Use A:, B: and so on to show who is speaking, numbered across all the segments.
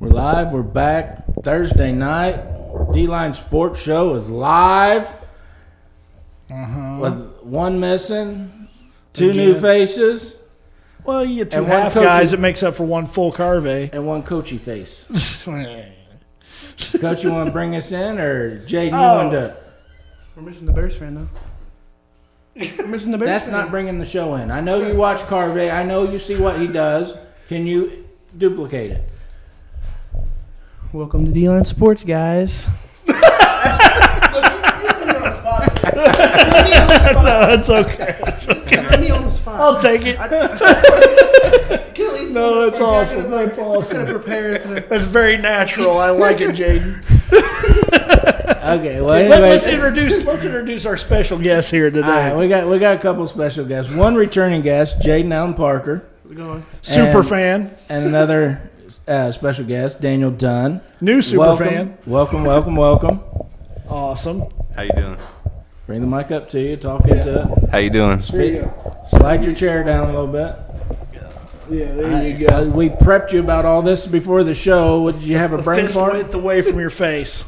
A: live. We're back Thursday night. D Line Sports Show is live. With one missing, two new
B: Mm-hmm. Again.
A: faces,
B: Well, you get two
A: And one
B: half
A: coach
B: guys,
A: is-
B: it makes up for one full Carve. eh?
A: and one coachy face. Coach, you want to bring us in, or Jaden, you
B: Oh.
A: want to?
C: We're missing the Bears fan though. We're missing the Bears.
A: That's
C: fan.
A: not bringing the show in. I know you watch Carvey. I know you see what he does. Can you duplicate it?
C: Welcome to D Line Sports, guys.
B: That's okay. I'll take it. No, that's awesome. That's awesome. That's very natural. I like it, Jaden.
A: Okay. Well,
B: Let,
A: anyway,
B: us introduce. Let's introduce our special guest here
A: all right,
B: today.
A: we got we got a couple special guests. One returning guest, Jaden Allen Parker,
C: How's it going?
B: super
A: and-
B: fan,
A: and another uh, special guest, Daniel Dunn.
B: new super
A: welcome,
B: fan.
A: Welcome, welcome, welcome.
B: Awesome.
D: How you doing?
A: Bring the mic up to you. Talk into it. uh,
D: How you doing?
A: Slide your chair down a little bit.
B: Yeah, there
A: I- uh, we prepped you about all this before the show. What, Did you have a
B: A
A: brain
B: fist
A: fart?
B: width away from your face.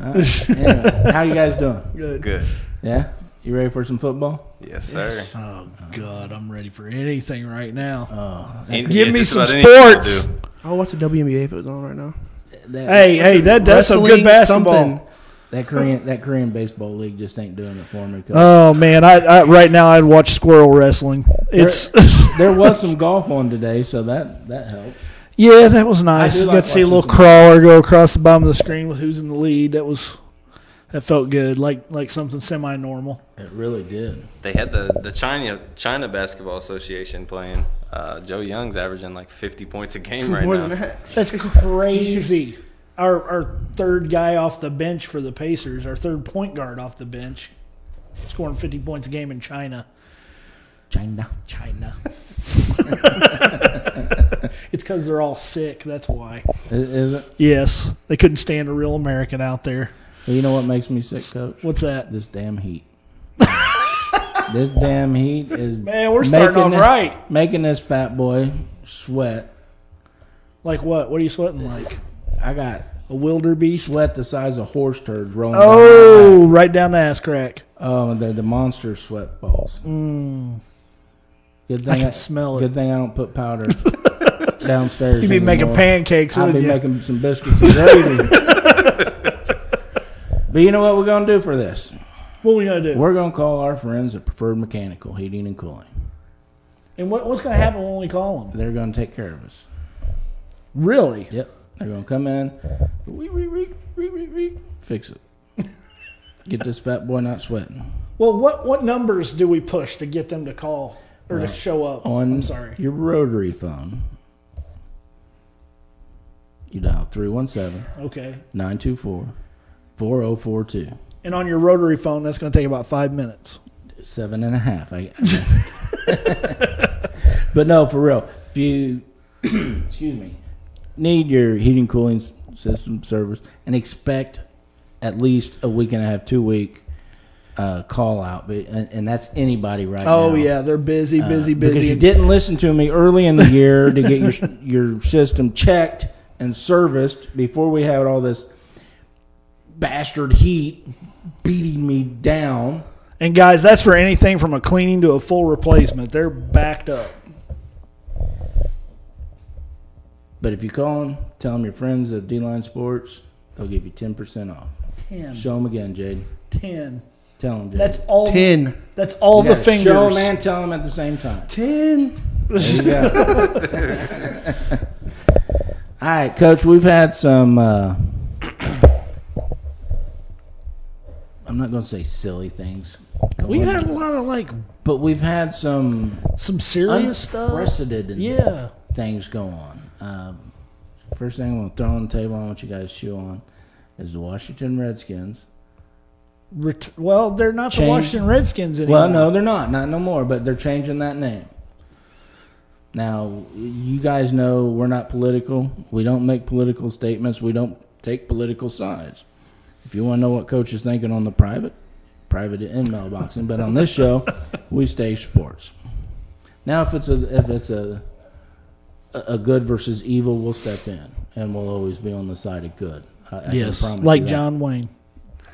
A: Anyway, how you guys doing?
B: Good.
D: Good.
A: Yeah, you ready for some football?
D: Yes, sir.
B: Oh God, I'm ready for anything right now.
D: Any-
B: Give
D: yeah,
B: me
D: just
B: some
D: about anything will
B: sports.
D: do.
C: I'll watch the WNBA if it was on right now.
A: That,
B: hey, hey, that that's some good
C: Wrestling,
B: basketball.
C: something.
A: that Korean that Korean baseball league just ain't doing it for me. 'cause-
B: Oh man, I, I right now I'd watch squirrel wrestling. It's
A: there was some golf on today, so that that helps.
B: yeah, that was nice.
A: I do
B: You
A: like
B: got to see a little
A: watching some-
B: crawler go across the bottom of the screen with who's in the lead. That was that felt good, like like something semi normal.
A: It really did.
D: They had the, the China China Basketball Association playing. Uh, Joe Young's averaging like 50 points a game right
C: More
D: now.
C: than that.
B: That's crazy. our our third guy off the bench for the Pacers, our third point guard off the bench, scoring fifty points a game in China.
A: China.
B: China. it's because they're all sick. That's why.
A: I- Is it?
B: Yes, they couldn't stand a real American out there.
A: Well, you know what makes me sick, Coach?
B: What's that?
A: This damn heat. this damn heat is
B: Man, we're starting
A: making
B: off
A: this-
B: right.
A: Making this fat boy sweat.
B: Like what? What are you sweating like?
A: I got
B: A wildebeest?
A: sweat the size of horse turds rolling. down my back.
B: Oh, right down the ass crack.
A: Oh, they're the monster sweat balls. Good thing
B: Mm. I can smell it.
A: Good thing I don't put powder downstairs.
B: You'd be making
A: anymore.
B: pancakes,
A: I'll
B: wouldn't
A: be
B: you?
A: making some biscuits and gravy. but you know what we're gonna do for this?
B: what are we gonna do?
A: We're gonna call our friends at Preferred Mechanical Heating and Cooling.
B: and what, what's gonna happen when we call them?
A: They're gonna take care of us.
B: Really?
A: Yep. They're gonna come in, wee, wee, wee, wee, wee, wee, fix it. Get this fat boy not sweating.
B: Well, what what numbers do we push to get them to call or to show up?
A: on
B: I'm sorry.
A: your rotary phone. You dial 317
B: Okay.
A: 924 4042.
B: And on your rotary phone, that's gonna take about five minutes.
A: Seven and a half. I, but no, for real. If you, excuse me, need your heating cooling s- system service and expect at least a week and a half, two week uh, call out, but, and, and that's anybody right now.
B: Oh yeah, they're busy, busy,
A: Uh, Because
B: busy.
A: you didn't listen to me early in the year to get your your system checked and serviced before we had all this bastard heat beating me down.
B: and guys, that's for anything from a cleaning to a full replacement. They're backed up.
A: But if you call them, tell them your friends at D Line Sports, they'll give you ten percent off.
B: Ten.
A: Show them again, Jade.
B: Ten.
A: Tell them, Jade.
B: That's all.
C: Ten.
B: That's all
A: You
B: the
A: gotta Show
B: fingers.
A: them and tell them at the same time.
C: Ten.
A: There you go. All right, Coach. We've had some. Uh, I'm not going to say silly things,
B: We've had a lot of like
A: but we've had some
B: some serious stuff.
A: unprecedented
B: Yeah.
A: things go on. Um, first thing I'm going to throw on the table, I want you guys to chew on, is the Washington Redskins.
B: Ret- well, they're not
A: Change-
B: the Washington Redskins anymore.
A: Well, no, they're not. Not no more, but they're changing that name. Now, you guys know we're not political. We don't make political statements. We don't take political sides. If you want to know what coach is thinking on the private, private in mailboxing, but on this show, we stay sports. Now, if it's a, if it's a a a good versus evil, we'll step in. and will always be on the side of good. I, I can
B: Yes,
A: promise you
B: like
A: that.
B: John Wayne.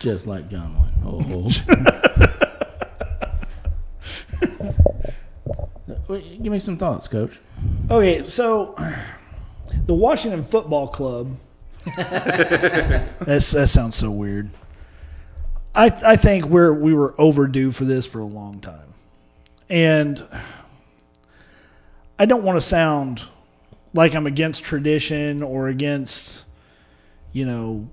A: just like John Wayne. Oh, give me some thoughts, Coach.
B: Okay, so the Washington Football Club. That's, that sounds so weird. I I think we're we were overdue for this for a long time, and I don't want to sound like I'm against tradition or against you know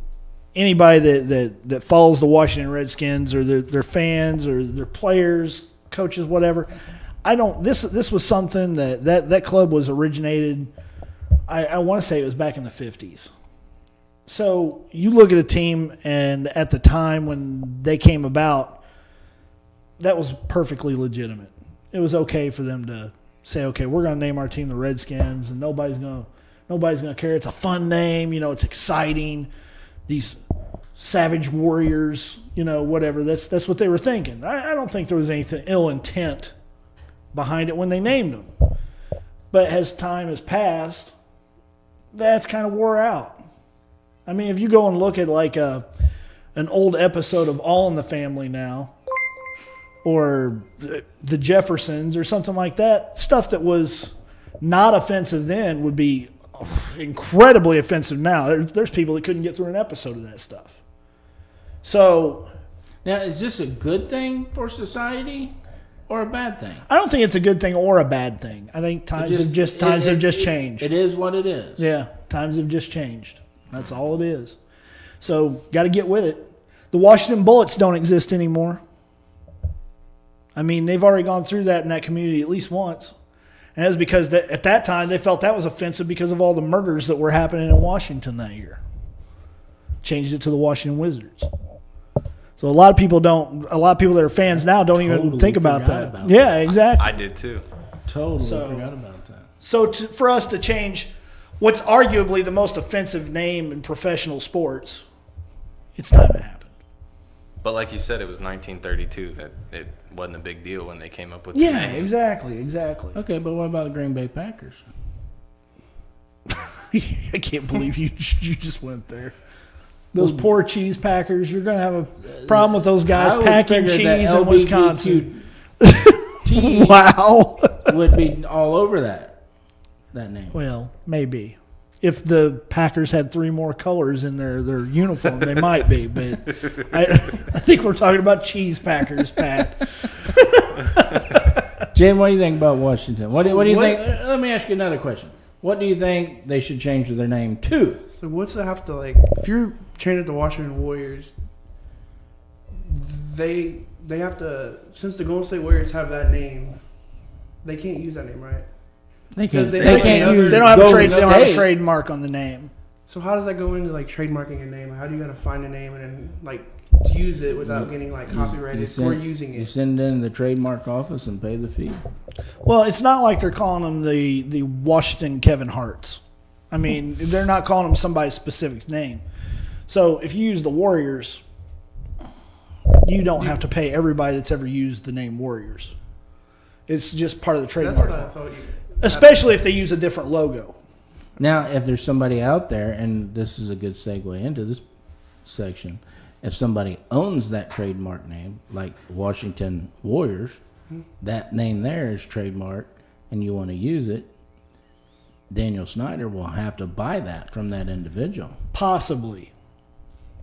B: anybody that that that follows the Washington Redskins or their their fans or their players, coaches, whatever. I don't. This this was something that that that club was originated. I, I want to say it was back in the fifties. So you look at a team, and at the time when they came about, that was perfectly legitimate. It was okay for them to say, "Okay, we're going to name our team the Redskins," and nobody's going to nobody's going to care. It's a fun name, you know. It's exciting. These savage warriors, you know, whatever. That's that's what they were thinking. I, I don't think there was anything ill intent behind it when they named them. But as time has passed, that's kind of wore out. I mean, if you go and look at like a an old episode of All in the Family now, or the Jeffersons, or something like that, stuff that was not offensive then would be incredibly offensive now. There, there's people that couldn't get through an episode of that stuff. So
A: Now, is this a good thing for society or a bad thing?
B: I don't think it's a good thing or a bad thing. I think times have just times
A: it-
B: have just
A: it-
B: changed.
A: It is what it is.
B: Yeah, times have just changed. That's all it is. So got to get with it. The Washington Bullets don't exist anymore. I mean, they've already gone through that in that community at least once. And that's because that, at that time they felt that was offensive because of all the murders that were happening in Washington that year. Changed it to the Washington Wizards. So a lot of people don't. A lot of people that are fans now don't even
A: Totally
B: think about
A: forgot
B: that.
A: about
B: yeah, exactly.
D: I did too.
A: Totally
B: So-
A: forgot about that.
B: So to, for us to change what's arguably the most offensive name in professional sports, it's time to happen.
D: But like you said, it was 1932 that it wasn't a big deal when they came up with the
B: Yeah,
D: name.
B: exactly, exactly.
A: Okay, but what about the Green Bay Packers?
B: I can't believe you you just went there. Those poor cheese packers, you're going to have a problem with those guys
A: I would
B: packing
A: figure that
B: cheese in
A: LBBQ
B: Wisconsin.
A: team
B: Wow.
A: would be all over that that name.
B: well, maybe. If the Packers had three more colors in their, their uniform, they might be. But I, I think we're talking about cheese packers, Pat.
A: Jen, what do you think about Washington? What do, what do you
C: What-
A: think? uh, Let me ask you another question. What do you think they should change their name to?
C: So what's it have to like? If you're trained at the Washington Warriors, they they have to since the Golden State Warriors have that name, they can't use that name, right?
A: They can't.
C: Because they-
A: They,
C: they
A: can't
C: don't-
A: use.
B: They don't have a
A: Golden
B: trade. They don't have a
A: State.
B: trademark on the name.
C: So how does that go into like trademarking a name? How do you gotta find a name and then like use it without getting like
A: You- you
C: copyrighted
A: send-
C: for using
A: You
C: it?
A: send it in the trademark office and pay the fee.
B: Well, it's not like they're calling them the the Washington Kevin Harts. I mean, they're not calling them somebody's specific name. So if you use the Warriors, you don't have to pay everybody that's ever used the name Warriors. It's just part of the
C: That's what I
B: trademark,
C: thought. You,
B: especially if they use a different logo.
A: Now, if there's somebody out there, and this is a good segue into this section, if somebody owns that trademark name, like Washington Warriors, that name there is trademark, and you want to use it, Daniel Snyder will have to buy that from that individual.
B: Possibly.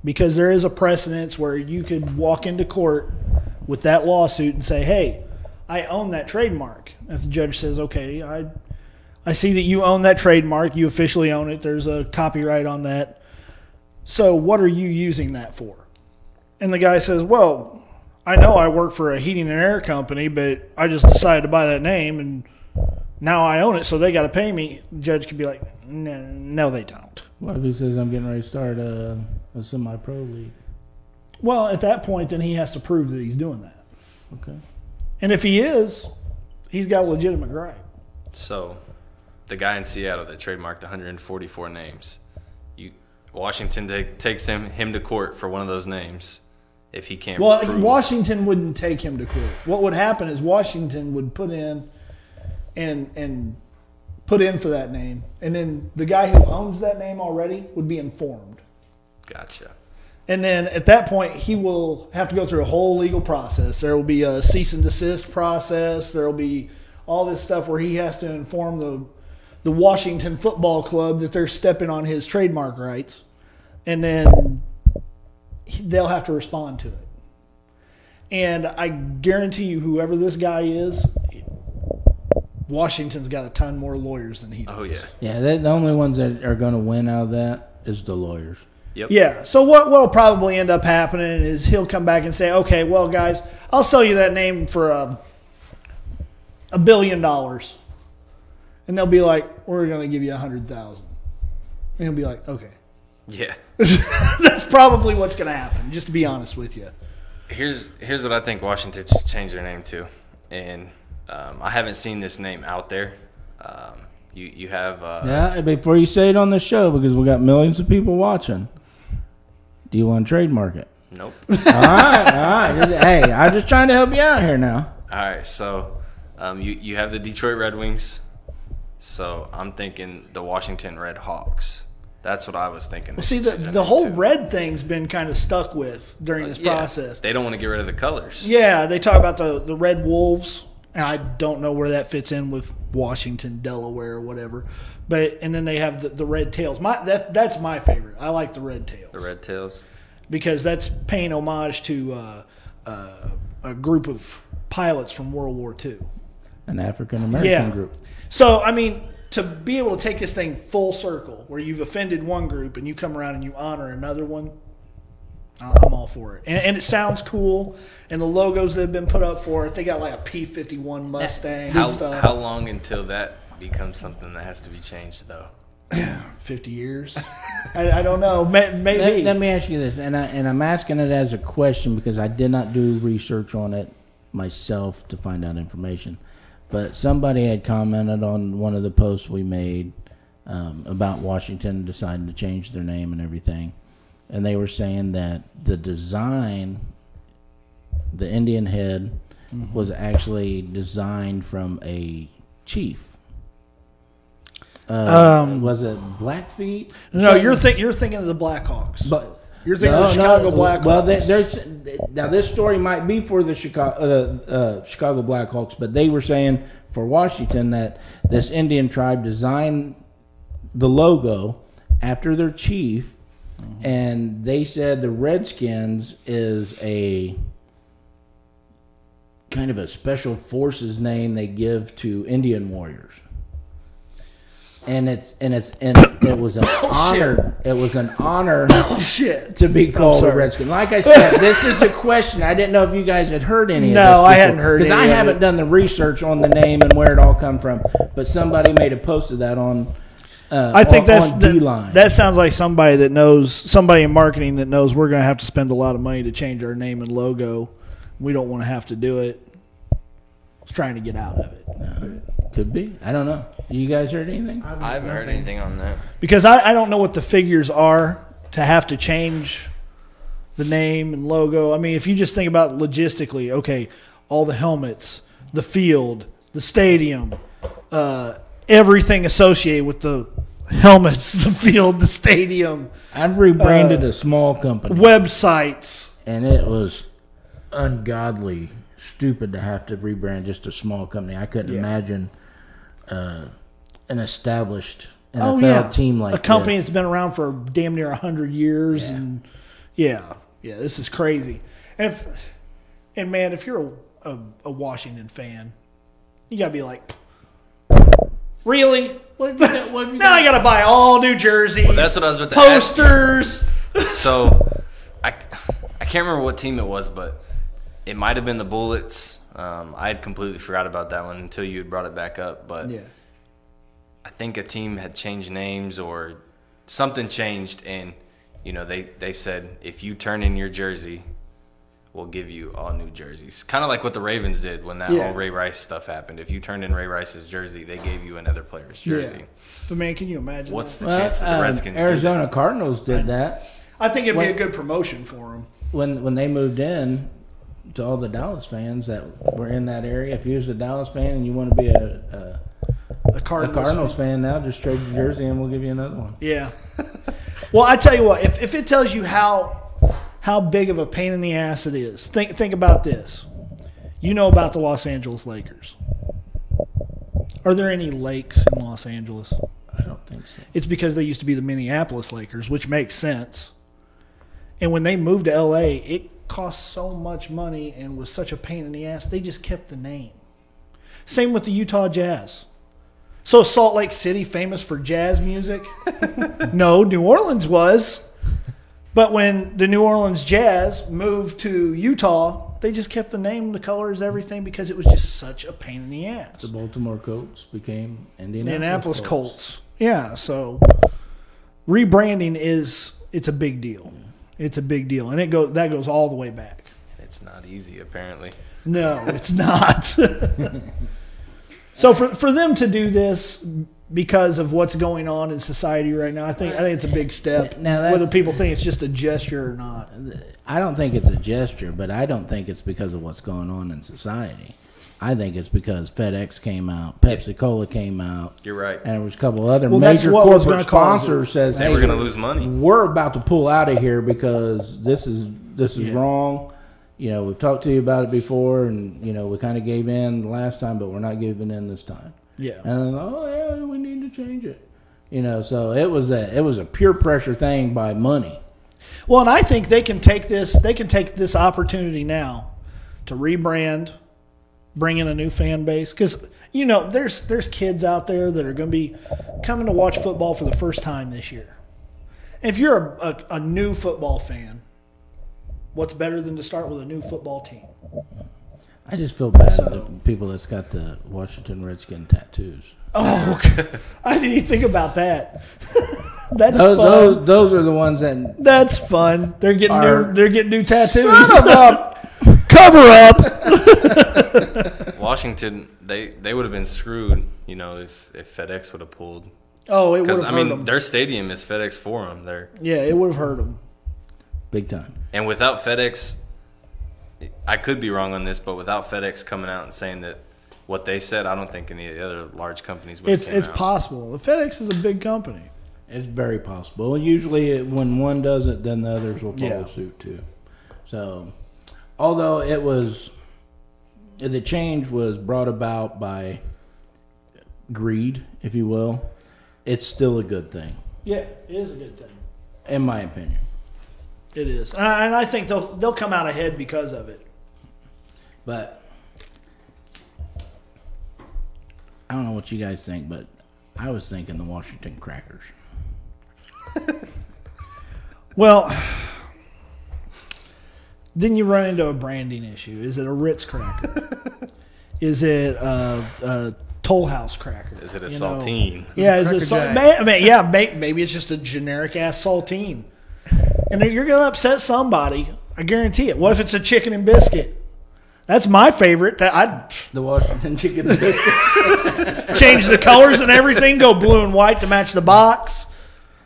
B: Because there is a precedence where you could walk into court with that lawsuit and say, hey, I own that trademark. If the judge says, okay, I, I see that you own that trademark, you officially own it, there's a copyright on that. So what are you using that for? And the guy says, well, I know I work for a heating and air company, but I just decided to buy that name and now I own it, so they got to pay me. The judge could be like, no, no, they don't.
A: What if he says, I'm getting ready to start a, a semi pro league?
B: Well, at that point, then he has to prove that he's doing that.
A: Okay.
B: And if he is, he's got a legitimate gripe.
D: So, the guy in Seattle that trademarked 144 names, you Washington ta- takes him him to court for one of those names. If he can't,
B: Well,
D: prove-
B: Washington wouldn't take him to court. What would happen is Washington would put in and and put in for that name, and then the guy who owns that name already would be informed.
D: Gotcha.
B: And then at that point, he will have to go through a whole legal process. There will be a cease and desist process. There will be all this stuff where he has to inform the the Washington Football Club that they're stepping on his trademark rights, and then he- they'll have to respond to it. And I guarantee you, whoever this guy is, Washington's got a ton more lawyers than he does.
D: Oh yeah.
A: Yeah, they, the only ones that are going to win out of that is the lawyers.
D: Yep.
B: Yeah. So what what'll probably end up happening is he'll come back and say, "Okay, well, guys, I'll sell you that name for a a billion dollars," and they'll be like, "We're gonna give you a hundred thousand. and he'll be like, "Okay."
D: Yeah.
B: That's probably what's gonna happen. Just to be honest with you.
D: Here's here's what I think Washington should change their name to, and um, I haven't seen this name out there. Um, you you have uh,
A: Yeah, before you say it on the show, because we got millions of people watching. Do you want to trademark it?
D: nope.
A: all right, all right. Hey, I'm just trying to help you out here now.
D: All right, so um, you you have the Detroit Red Wings, so I'm thinking the Washington Red Hawks. That's what I was thinking.
B: Well, see, the the whole red thing's been kind of stuck with during this
D: Yeah,
B: process.
D: They don't want to get rid of the colors.
B: Yeah, they talk about the, the Red Wolves. And I don't know where that fits in with Washington, Delaware, or whatever. But and then they have the, the Red Tails. My that that's my favorite. I like the Red Tails
D: The Red Tails.
B: because that's paying homage to uh, uh, a group of pilots from World War II.
A: An African American
B: Yeah.
A: group.
B: So I mean, to be able to take this thing full circle, where you've offended one group and you come around and you honor another one, I- I'm all for it. And, and it sounds cool. And the logos that have been put up for it, they got like a P51 Mustang
D: How,
B: and stuff.
D: how long until that becomes something that has to be changed though?
B: 50 years? I, I don't know. May, maybe.
A: Let, let me ask you this, and I and I'm asking it as a question because I did not do research on it myself to find out information, but somebody had commented on one of the posts we made um, about Washington deciding to change their name and everything, and they were saying that the design, the Indian head,
B: Mm-hmm.
A: was actually designed from a chief. Uh, was it Blackfeet?
B: Um, no, you're think you're thinking of the Blackhawks.
A: But
B: You're thinking of Chicago Blackhawks.
A: Well, they, there's now this story might be for the Chicago uh, uh, Chicago Blackhawks, but they were saying for Washington that this Indian tribe designed the logo after their chief, and they said the Redskins is a kind of a special forces name they give to Indian warriors. And it's and it's and it was an honor. It was an honor
B: oh shit.
A: to be called a
B: sorry.
A: Redskin. Like I said, this is a question. I didn't know if you guys had heard any. of
B: No,
A: this
B: I hadn't heard
A: because I
B: any of
A: haven't
B: it.
A: done the research on the name and where it all come from. But somebody made a post of that on. Uh,
B: I think
A: on-
B: that's
A: on
B: the,
A: D-line.
B: that sounds like somebody that knows somebody in marketing that knows we're going to have to spend a lot of money to change our name and logo. We don't want to have to do it. It's trying to get out of it
A: could be. I don't know. You guys heard anything?
C: I've,
D: I haven't heard anything on that.
B: because I, I don't know what the figures are to have to change the name and logo. I mean, if you just think about logistically, okay, all the helmets, the field, the stadium, uh, everything associated with the helmets, the field, the stadium,
A: I've
B: Uh,
A: rebranded a small company,
B: websites.
A: and it was ungodly stupid to have to rebrand just a small company. I couldn't imagine uh, an established NFL team like
B: Oh, a company
A: this.
B: that's been around for damn near hundred years, and yeah, yeah, this is crazy. And if, and man, if you're a, a, a Washington fan, you gotta be like, really?
A: What have you got- what have you
B: Now I gotta buy all new jerseys,
D: That's what I was about to ask you.
B: posters.
D: So, I, I can't remember what team it was, but it might have been the Bullets. Um, I had completely forgot about that one until you had brought it back up. But
B: Yeah,
D: I think a team had changed names or something changed, and you know they they said if you turn in your jersey, we'll give you all new jerseys. Kind of like what the Ravens did when that
B: Yeah.
D: whole Ray Rice stuff happened. If you turned in Ray Rice's jersey, they gave you another player's jersey.
B: yeah. But man, can you imagine?
D: What's
B: that?
D: the chance that
A: uh,
D: the Redskins? do that?
A: Arizona Cardinals did that
B: I think it'd be a
A: what-
B: good promotion for them.
A: when when they moved in to all the Dallas fans that were in that area. If you was a Dallas fan and you want to be a,
B: a
A: A
B: Cardinals.
A: Cardinals fan now, just trade your jersey and we'll give you another one.
B: Yeah. well, I tell you what, if, if it tells you how how big of a pain in the ass it is, think think about this. You know about the Los Angeles Lakers. Are there any lakes in Los Angeles?
A: I don't think so.
B: It's because they used to be the Minneapolis Lakers, which makes sense. And when they moved to LA, it cost so much money and was such a pain in the ass, they just kept the name. Same with the Utah Jazz. So Salt Lake City famous for jazz music? no, New Orleans was. But when the New Orleans Jazz moved to Utah, they just kept the name, the colors, everything because it was just such a pain in the ass.
A: The Baltimore Colts became Indianapolis,
B: Indianapolis Colts. Yeah, so rebranding is it's a big deal. It's a big deal, and it goes that goes all the way back.
D: It's not easy, apparently.
B: No, it's not. so for for them to do this because of what's going on in society right now, I think I think it's a big step.
A: Now that's-
B: whether people think it's just a gesture or not.
A: I don't think it's a gesture, but I don't think it's because of what's going on in society. I think it's because FedEx came out, Pepsi Cola came out,
D: You're right.
A: and there was a couple other
B: Well, that's
A: major
B: what was
A: corporate
B: gonna cause it.
A: sponsors says
D: They
A: hey,
D: were going to lose money.
A: we're about to pull out of here because this is this is wrong. You know, we've talked to you about it before, and you know we kind of gave in last time, but we're not giving in this time.
B: Yeah,
A: And oh yeah, we need to change it. You know, so it was a it was a pure pressure thing by money.
B: Well, and I think they can take this. They can take this opportunity now to rebrand, bring in a new fan base because you know there's there's kids out there that are going to be coming to watch football for the first time this year. If you're a, a, a new football fan, what's better than to start with a new football team?
A: I just feel bad
B: So-
A: for the people that's got the Washington Redskin tattoos.
B: Oh, okay. I didn't even think about that. That's
A: Those,
B: fun.
A: those, those are the ones that
B: That's fun. They're getting
A: Are-
B: new, they're getting new tattoos.
A: Shut 'em up.
B: Cover up.
D: Washington, they, they would have been screwed, you know, if, if FedEx would have pulled.
B: Oh, it would have
D: Because,
B: hurt
D: I mean,
B: 'em.
D: their stadium is FedEx Forum there.
B: Yeah, it would have hurt them.
A: big time.
D: And without FedEx, I could be wrong on this, but without FedEx coming out and saying that what they said, I don't think any of the other large companies would
B: It's
D: have came
B: it's
D: out.
B: possible. FedEx is a big company.
A: It's very possible. Usually, it, when one does it, then the others will follow
B: Yeah.
A: suit too. So, although it was the change was brought about by greed, if you will, it's still a good thing,
B: Yeah, it is a good thing.
A: in my opinion.
B: It is, and I, and I think they'll they'll come out ahead because of it.
A: But I don't know what you guys think, but I was thinking the Washington Crackers.
B: Well, then you run into a branding issue. Is it a Ritz cracker? is it a, a Toll House cracker?
D: Is it a
B: You know?
D: saltine?
B: Yeah, is it
C: Cracker
B: salt?
C: Jack.
B: May, I mean, yeah, may, maybe it's just a generic ass saltine, and then you're gonna upset somebody. I guarantee it. What if it's a chicken and biscuit? That's my favorite. That I
A: The Washington Chicken and Biscuit.
B: change the colors and everything, go blue and white to match the box.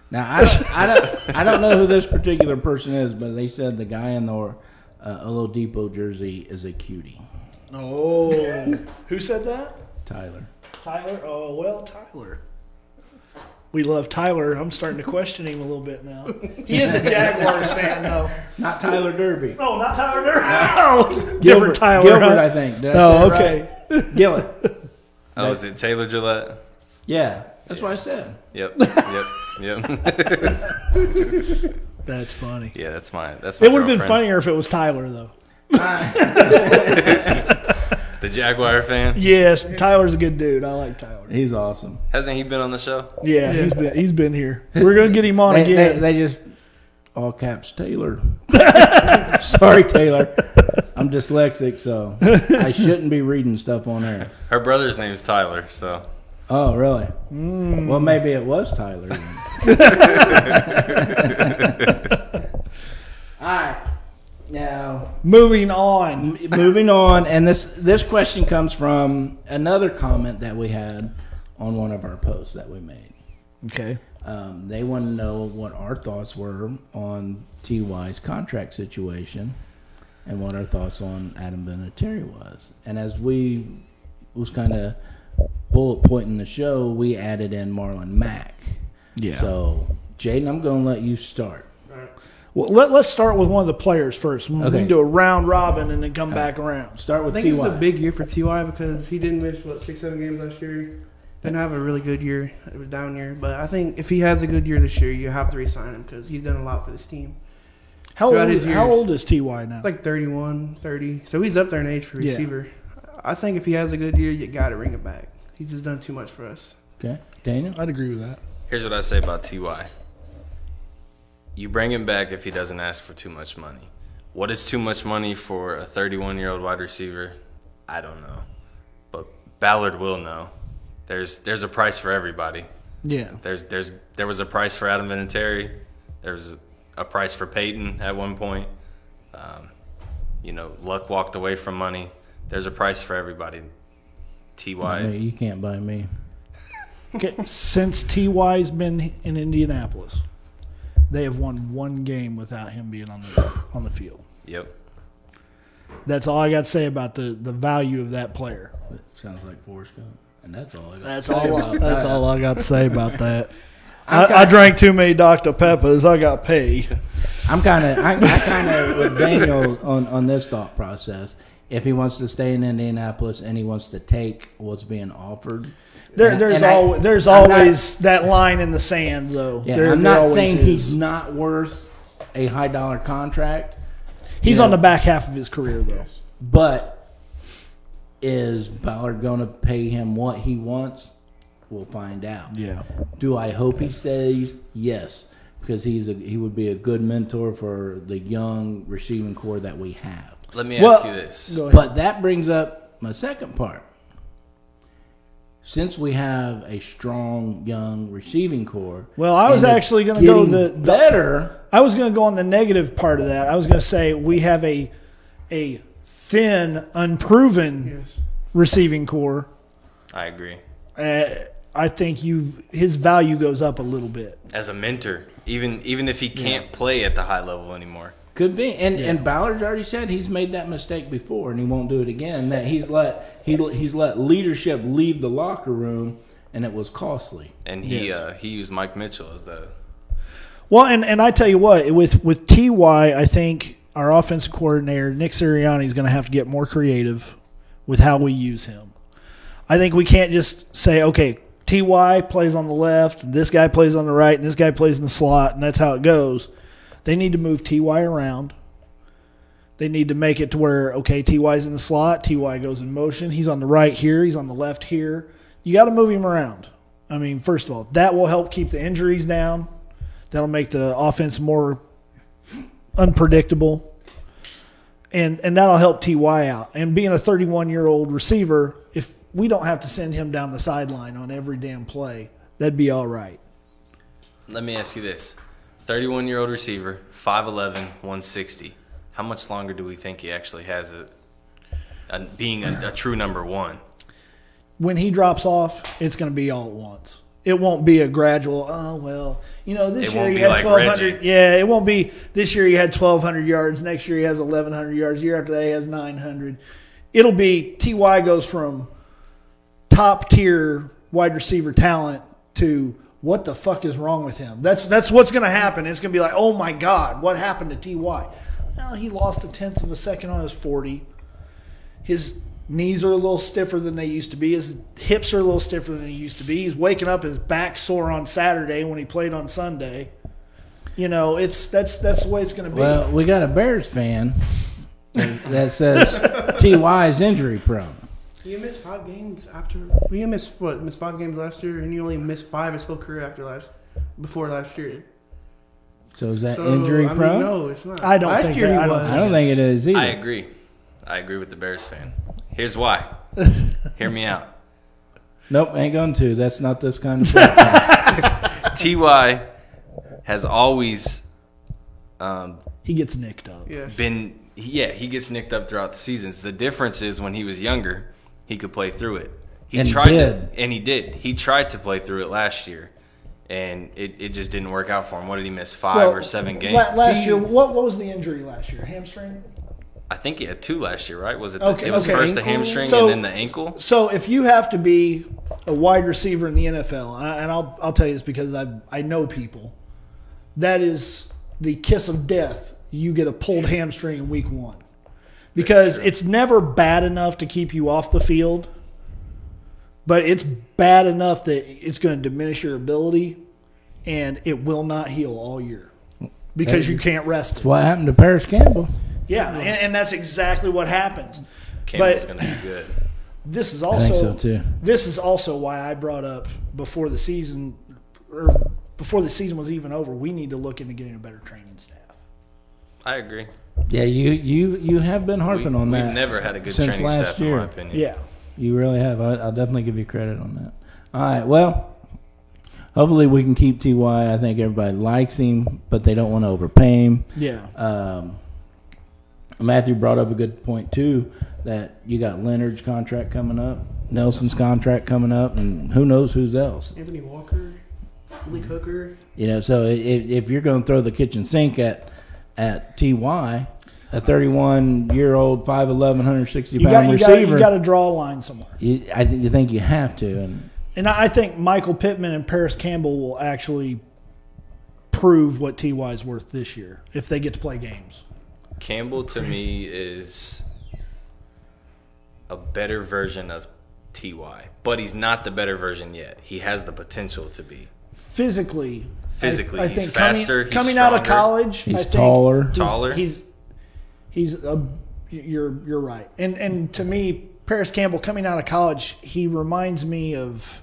A: Now I don't, I don't, I don't know who this particular person is, but they said the guy in the uh, Oladipo jersey is a cutie.
B: Oh, who said that?
A: Tyler.
B: Tyler. Oh well, Tyler. We love Tyler. I'm starting to question him a little bit now. He is a Jaguars fan, though.
A: Not Tyler Derby.
B: No, not Tyler. No. Different Tyler.
A: Gilbert,
B: huh?
A: I think. Did I
B: Oh,
A: say it
B: okay.
A: right? Gillett.
D: Oh, is it Taylor Gillette?
A: Yeah, that's what I said.
D: Yep. Yep. Yep.
B: That's funny.
D: yeah, that's my that's my
B: It would have been
D: girlfriend.
B: funnier if it was Tyler, though.
D: The Jaguar fan.
B: Yes, Tyler's a good dude. I like Tyler.
A: He's awesome.
D: Hasn't he been on the show?
B: Yeah, he's been he's been here. We're gonna get him on
A: They,
B: again.
A: they, they just all caps Taylor. Sorry, Taylor. I'm dyslexic, so I shouldn't be reading stuff on there.
D: Her brother's name's Tyler, so
A: Oh, really? Well, maybe it was Tyler. then. All right. Now,
B: Moving on.
A: m- moving on, and this this question comes from another comment that we had on one of our posts that we made.
B: Okay.
A: Um, they want to know what our thoughts were on Ty's contract situation, and what our thoughts on Adam Vinatieri was. And as we was kind of bullet point in the show, we added in Marlon Mack.
B: Yeah.
A: So, Jaden, I'm going to let you start.
C: All right.
B: Well, let, let's start with one of the players first. We
A: Okay.
B: can do a round robin and then come back around.
A: Start
C: I
A: with
C: think
A: T.Y.
C: it's a big year for Ty because he didn't miss what six, seven games last year. Didn't have a really good year. It was a down year, but I think if he has a good year this year, you have to resign him because he's done a lot for this team.
B: How
C: Throughout
B: old,
C: his
B: is, how
C: years.
B: old is Ty now?
C: Like 31, 30. so he's up there in age for
B: Yeah.
C: receiver. I think if he has a good year, you got to bring it back. He's just done too much for us.
A: Okay. Daniel?
B: I'd agree with that.
D: Here's what I say about Ty. You bring him back if he doesn't ask for too much money. What is too much money for a 31 year old wide receiver? I don't know, but Ballard will know. There's there's a price for everybody.
B: Yeah.
D: There's there's there was a price for Adam Vinatieri. There was a, a price for Peyton at one point. Um, you know, Luck walked away from money. There's a price for everybody. Ty.
A: No, you can't buy me.
B: Okay. Since Ty's been in Indianapolis, they have won one game without him being on the on the field.
D: Yep.
B: That's all I got to say about the, the value of that player.
A: That sounds like Forrest Gump. And that's all I got.
B: That's all. I, that's all I got to say about that.
A: Okay.
B: I, I drank too many Dr Peppers. I got paid.
A: I'm kind of, I, I kind of with Daniel on, on this thought process. If he wants to stay in Indianapolis and he wants to take what's being offered,
B: There,
A: And-
B: there's
A: and I-
B: al- there's
A: I'm not-
B: always that line in the sand, though.
A: yeah,
B: There-
A: I'm
B: there
A: not
B: always
A: saying
B: is.
A: he's not worth a high dollar contract,
B: He's
A: Yeah.
B: on the back half of his career, though.
A: but is Ballard going to pay him what he wants? We'll find out.
B: Yeah.
A: Do I hope he stays? Yes, because he's a, he would be a good mentor for the young receiving core that we have.
D: Let me
B: Well-
D: ask you this.
B: Go ahead.
A: But that brings up my second part. Since we have a strong young receiving core,
B: Well, I was
A: and it's
B: actually going to go
A: getting
B: the, the
A: better.
B: I was going to go on the negative part of that. I was going to say we have a a thin, unproven
C: Yes.
B: receiving core.
D: I agree.
B: Uh, I think you his value goes up a little bit.
D: as a mentor, even even if he can't play at the high level anymore.
A: Could be, and and Ballard's already said he's made that mistake before, and he won't do it again. That he's let he he's let leadership leave the locker room, and it was costly.
D: And he
B: Yes.
D: uh, he used Mike Mitchell as the
B: Well, and and I tell you what, with with Ty, I think our offensive coordinator Nick Sirianni is going to have to get more creative with how we use him. I think we can't just say, okay, Ty plays on the left, and this guy plays on the right, and this guy plays in the slot, and that's how it goes. They need to move Ty around. They need to make it to where okay, Ty's in the slot, Ty goes in motion, he's on the right here, he's on the left here. You got to move him around. I mean, first of all, that will help keep the injuries down. That'll make the offense more unpredictable. And and that'll help Ty out. And being a 31 year old receiver, if we don't have to send him down the sideline on every damn play, that'd be all right.
D: let me ask you this. 31 year old receiver, 5'11, 160. How much longer do we think he actually has a, a being a, a true number one?
B: When he drops off, it's going to be all at once. It won't be a gradual. Oh well, you know this
D: It
B: year
D: won't
B: he
D: be
B: had
D: like
B: 1200.
D: Reggie.
B: Yeah, it won't be this year he had 1200 yards. Next year he has 1100 yards. The year after that he has 900. It'll be Ty goes from top tier wide receiver talent to what the fuck is wrong with him? That's that's what's going to happen. It's going to be like, oh my god, what happened to Ty? Well, he lost a tenth of a second on his forty. His knees are a little stiffer than they used to be. His hips are a little stiffer than they used to be. He's waking up his back sore on Saturday when he played on Sunday. You know, it's that's that's the way it's going to be.
A: Well, we got a Bears fan that says Ty is injury prone.
C: You missed five games after. well, You missed what? Missed five games last year, and you only missed five his whole career after last, before last year.
A: So is that
C: So,
A: injury
C: I mean,
A: prone?
C: no, it's not.
B: I don't
C: last
B: think
C: year
B: that-
C: he
B: I don't
C: was.
A: I don't think it is either.
D: I agree. I agree with the Bears fan. Here's why. Hear me out.
A: Nope, ain't going to. That's not this kind of play.
D: Ty has always um,
B: he gets nicked up.
C: Yes.
D: been yeah he gets nicked up throughout the seasons the difference is when he was younger he could play through it he
A: And
D: tried
A: did.
D: to and he did he tried to play through it last year and it, it just didn't work out for him what did he miss five
B: Well,
D: or seven
B: la-
D: games
B: last year, what what was the injury last year? Hamstring.
D: I think he had two last year, right? Was it? The,
B: Okay,
D: it was
B: okay.
D: first the
C: Ankle?
D: hamstring
B: So-
D: and then the ankle.
B: So if you have to be a wide receiver in the NFL, and, I, and I'll I'll tell you this because I I know people, that is the kiss of death. You get a pulled hamstring in week one because it's never bad enough to keep you off the field, but it's bad enough that it's going to diminish your ability, and it will not heal all year because you can't rest. It.
A: What happened to Paris Campbell?
B: Yeah, and, and that's exactly what happens.
D: Campbell's
B: but-
D: going to be good.
B: This is
A: I
B: also
A: think so too.
B: this is also why I brought up before the season or before the season was even over, we need to look into getting a better training staff.
D: I agree.
A: Yeah, you you you have been
D: We,
A: harping on that.
D: have never had a good
A: since
D: training
A: last
D: staff, in
A: year.
D: my opinion.
B: Yeah.
A: You really have. I, I'll definitely give you credit on that. All right. Well, hopefully we can keep Ty. I think everybody likes him, but they don't want to overpay him.
B: Yeah.
A: Um, Matthew brought up a good point too that you got Leonard's contract coming up, Nelson's contract coming up, and who knows who's else.
C: Anthony Walker, Lee Hooker.
A: You know, so if, if you're going to throw the kitchen sink at at Ty, a 31 year old, 5'11", 160
B: You got,
A: pound
B: you, got,
A: receiver,
B: you got to draw a line somewhere.
A: you- I th- you think you have to. And
B: And I I think Michael Pittman and Paris Campbell will actually prove what TY is worth this year if they get to play games.
D: Campbell to me is a better version of Ty, but he's not the better version yet. He has the potential to be.
B: Physically,
D: Physically,
B: I, I
D: he's
B: think
D: faster,
B: Coming,
D: he's
B: coming out of
D: stronger.
B: college,
A: He's
B: I think
A: taller.
B: he's-
D: Taller.
B: He's he's a, you're you're right. And and to me, Paris Campbell coming out of college, he reminds me of.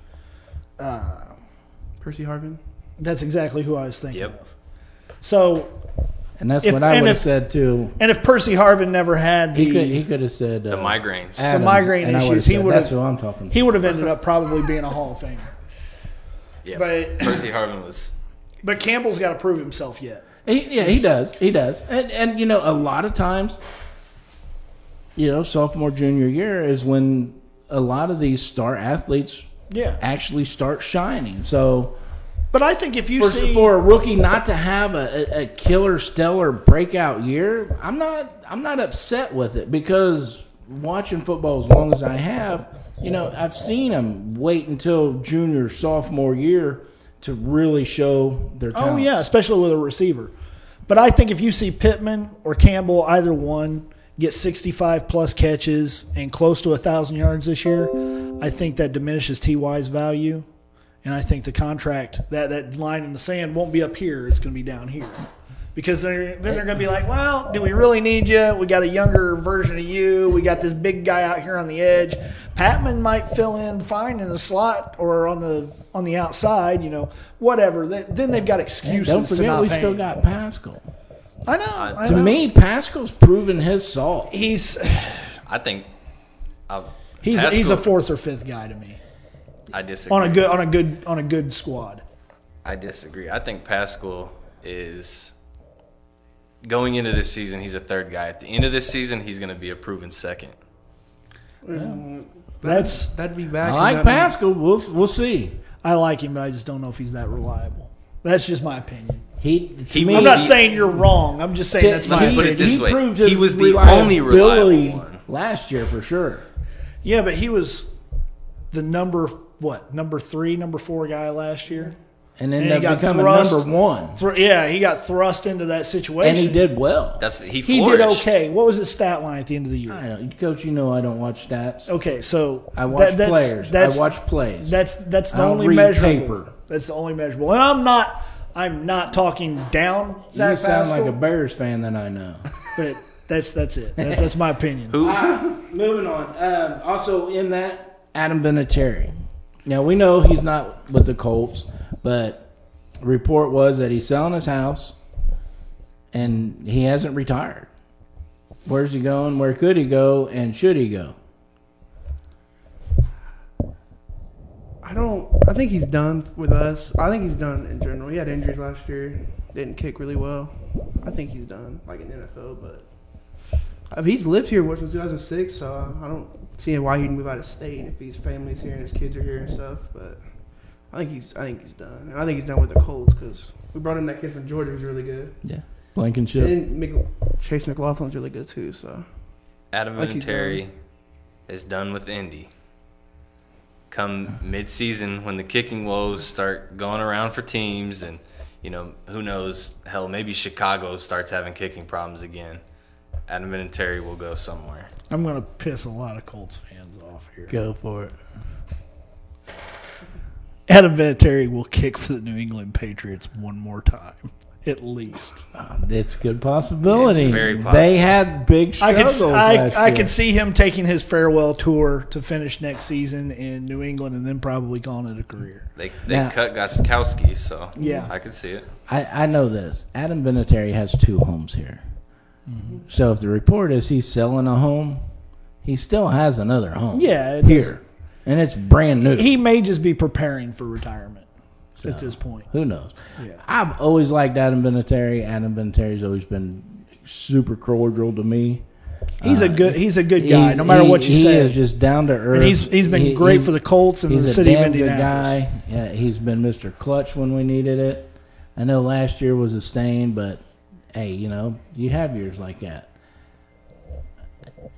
B: Uh,
C: Percy Harvin.
B: that's exactly who I was thinking
D: Yep.
B: of. So,
A: and that's
B: If-
A: what I
B: and
A: would have
B: if-
A: said too.
B: and if Percy Harvin never had the,
A: He could he
B: he,
A: could have said uh,
D: The migraines.
A: Adams,
B: migraine
A: and I
B: issues,
A: would've
B: he
A: said,
B: would've-
A: That's what I'm talking.
B: would have ended up probably being a Hall of Famer.
D: yeah.
B: but-
D: Percy Harvin was
B: But Campbell's got to prove himself yet.
A: He, yeah, he does. He does. And and you know, a lot of times, you know, sophomore junior year is when a lot of these star athletes
B: Yeah,
A: actually start shining. So
B: but I think if you
A: for,
B: see
A: for a rookie not to have a, a, a killer stellar breakout year, I'm not I'm not upset with it because watching football as long as I have, you know, I've seen them wait until junior sophomore year to really show their
B: Oh
A: talent.
B: yeah, especially with a receiver. But I think if you see Pittman or Campbell, either one, get 65 plus catches and close to a thousand yards this year, I think that diminishes Ty's value, and I think the contract that that line in the sand won't be up here; it's going to be down here, because they're, then they're going to be like, "Well, do we really need you? We got a younger version of you. We got this big guy out here on the edge. Patman might fill in fine in the slot or on the on the outside, you know, whatever." They, then they've got
A: And
B: excuses
A: don't
B: to
A: forget
B: not
A: we
B: pay.
A: still
B: him.
A: got Pascal.
B: I know. I
A: To
B: know.
A: me, Pascal's proven his salt.
B: he's
D: I think I,
B: he's he's
D: Haskell-
B: a fourth or fifth guy to me
D: I disagree.
B: on a good on a good on a good squad.
D: I disagree. I think Pascal is going into this season. He's a third guy. At the end of this season, he's going to be a proven second.
B: That's
C: That'd be back.
A: I
C: in
A: like
C: that-
A: Pascal. We'll, we'll see.
B: I like him, but I just don't know if he's that reliable. That's just my opinion.
A: He, to
D: He
A: me,
D: was
B: I'm not
D: he-
B: saying you're wrong. I'm just saying
A: he-
B: that's
D: Let
B: my
D: me put it
B: opinion.
D: this
A: he
D: way.
A: proved
D: He
A: his
D: was the only reliable
A: reliability
D: one.
A: last year for sure.
B: Yeah, but he was the number what number three, number four guy last year.
A: And
B: And
A: ended
B: he
A: up
B: got
A: becoming
B: thrust.
A: number one.
B: Thr- yeah, he got thrust into that situation.
A: And he did well.
D: That's he.
B: He
D: Flourished.
B: did okay. What was his stat line at the end of the
A: I
B: year?
A: know, coach. You know I don't watch stats.
B: Okay, so
A: I watch
B: that- that's-
A: players.
B: That's,
A: I watch plays.
B: That's that's the
A: I don't
B: only
A: read
B: measurable.
A: paper.
B: That's the only measurable. And I'm not I'm not talking down
A: you
B: Zach
A: sound
B: Pascal,
A: like a Bears fan that I know.
B: but that's that's it. That's, that's my opinion.
A: Moving on. Um, also in that, Adam Vinatieri. Now we know he's not with the Colts, but report was that he's selling his house, and he hasn't retired. Where's he going? Where could he go? And should he go?
C: I don't. I think he's done with us. I think he's done in general. He had injuries last year. Didn't kick really well. I think he's done, like in the NFL. But I mean, he's lived here what, since 2006, so I don't see why he'd move out of state if his family's here and his kids are here and stuff. But I think he's. I think he's done, and I think he's done with the Colts because we brought in that kid from Georgia who's really good,
A: Yeah, Blankenship.
C: and Mc, Chase McLaughlin's really good too. So
D: Adam
C: Like he's
D: Vinatieri is done with Indy. Come mid-season when the kicking woes start going around for teams, and you know who knows, hell, maybe Chicago starts having kicking problems again. Adam Vinatieri will go somewhere.
B: I'm going to piss a lot of Colts fans off here.
A: Go for it.
B: Adam Vinatieri will kick for the New England Patriots one more time, at least.
A: It's a good possibility.
D: Yeah, very
A: They
D: possible.
A: had big
B: I could
A: struggles. last
B: I, I
A: year.
B: could see him taking his farewell tour to finish next season in New England, and then probably calling it a career.
D: They they
A: Now-
D: cut Gostkowski, so
B: Yeah.
D: I could see it.
A: I, I know this. Adam Vinatieri has two homes here.
B: Mm-hmm.
A: So if the report is he's selling a home, he still has another home.
B: Yeah, it
A: here, and it's brand new.
B: He may just be preparing for retirement at this point.
A: Who knows?
B: Yeah.
A: I've always liked Adam Vinatieri. Adam Vinatieri's always been super cordial to me.
B: He's a good he's a good guy,
A: He's-
B: no matter
A: he-
B: what you
A: he
B: say.
A: is just down to earth.
B: and he's he's been
A: He-
B: great
A: he-
B: for the Colts and
A: He's
B: the
A: a
B: city of
A: damn good
B: Indianapolis.
A: guy. Yeah, he's been Mr. Clutch when we needed it. I know last year was a stain, but hey, you know you have years like that.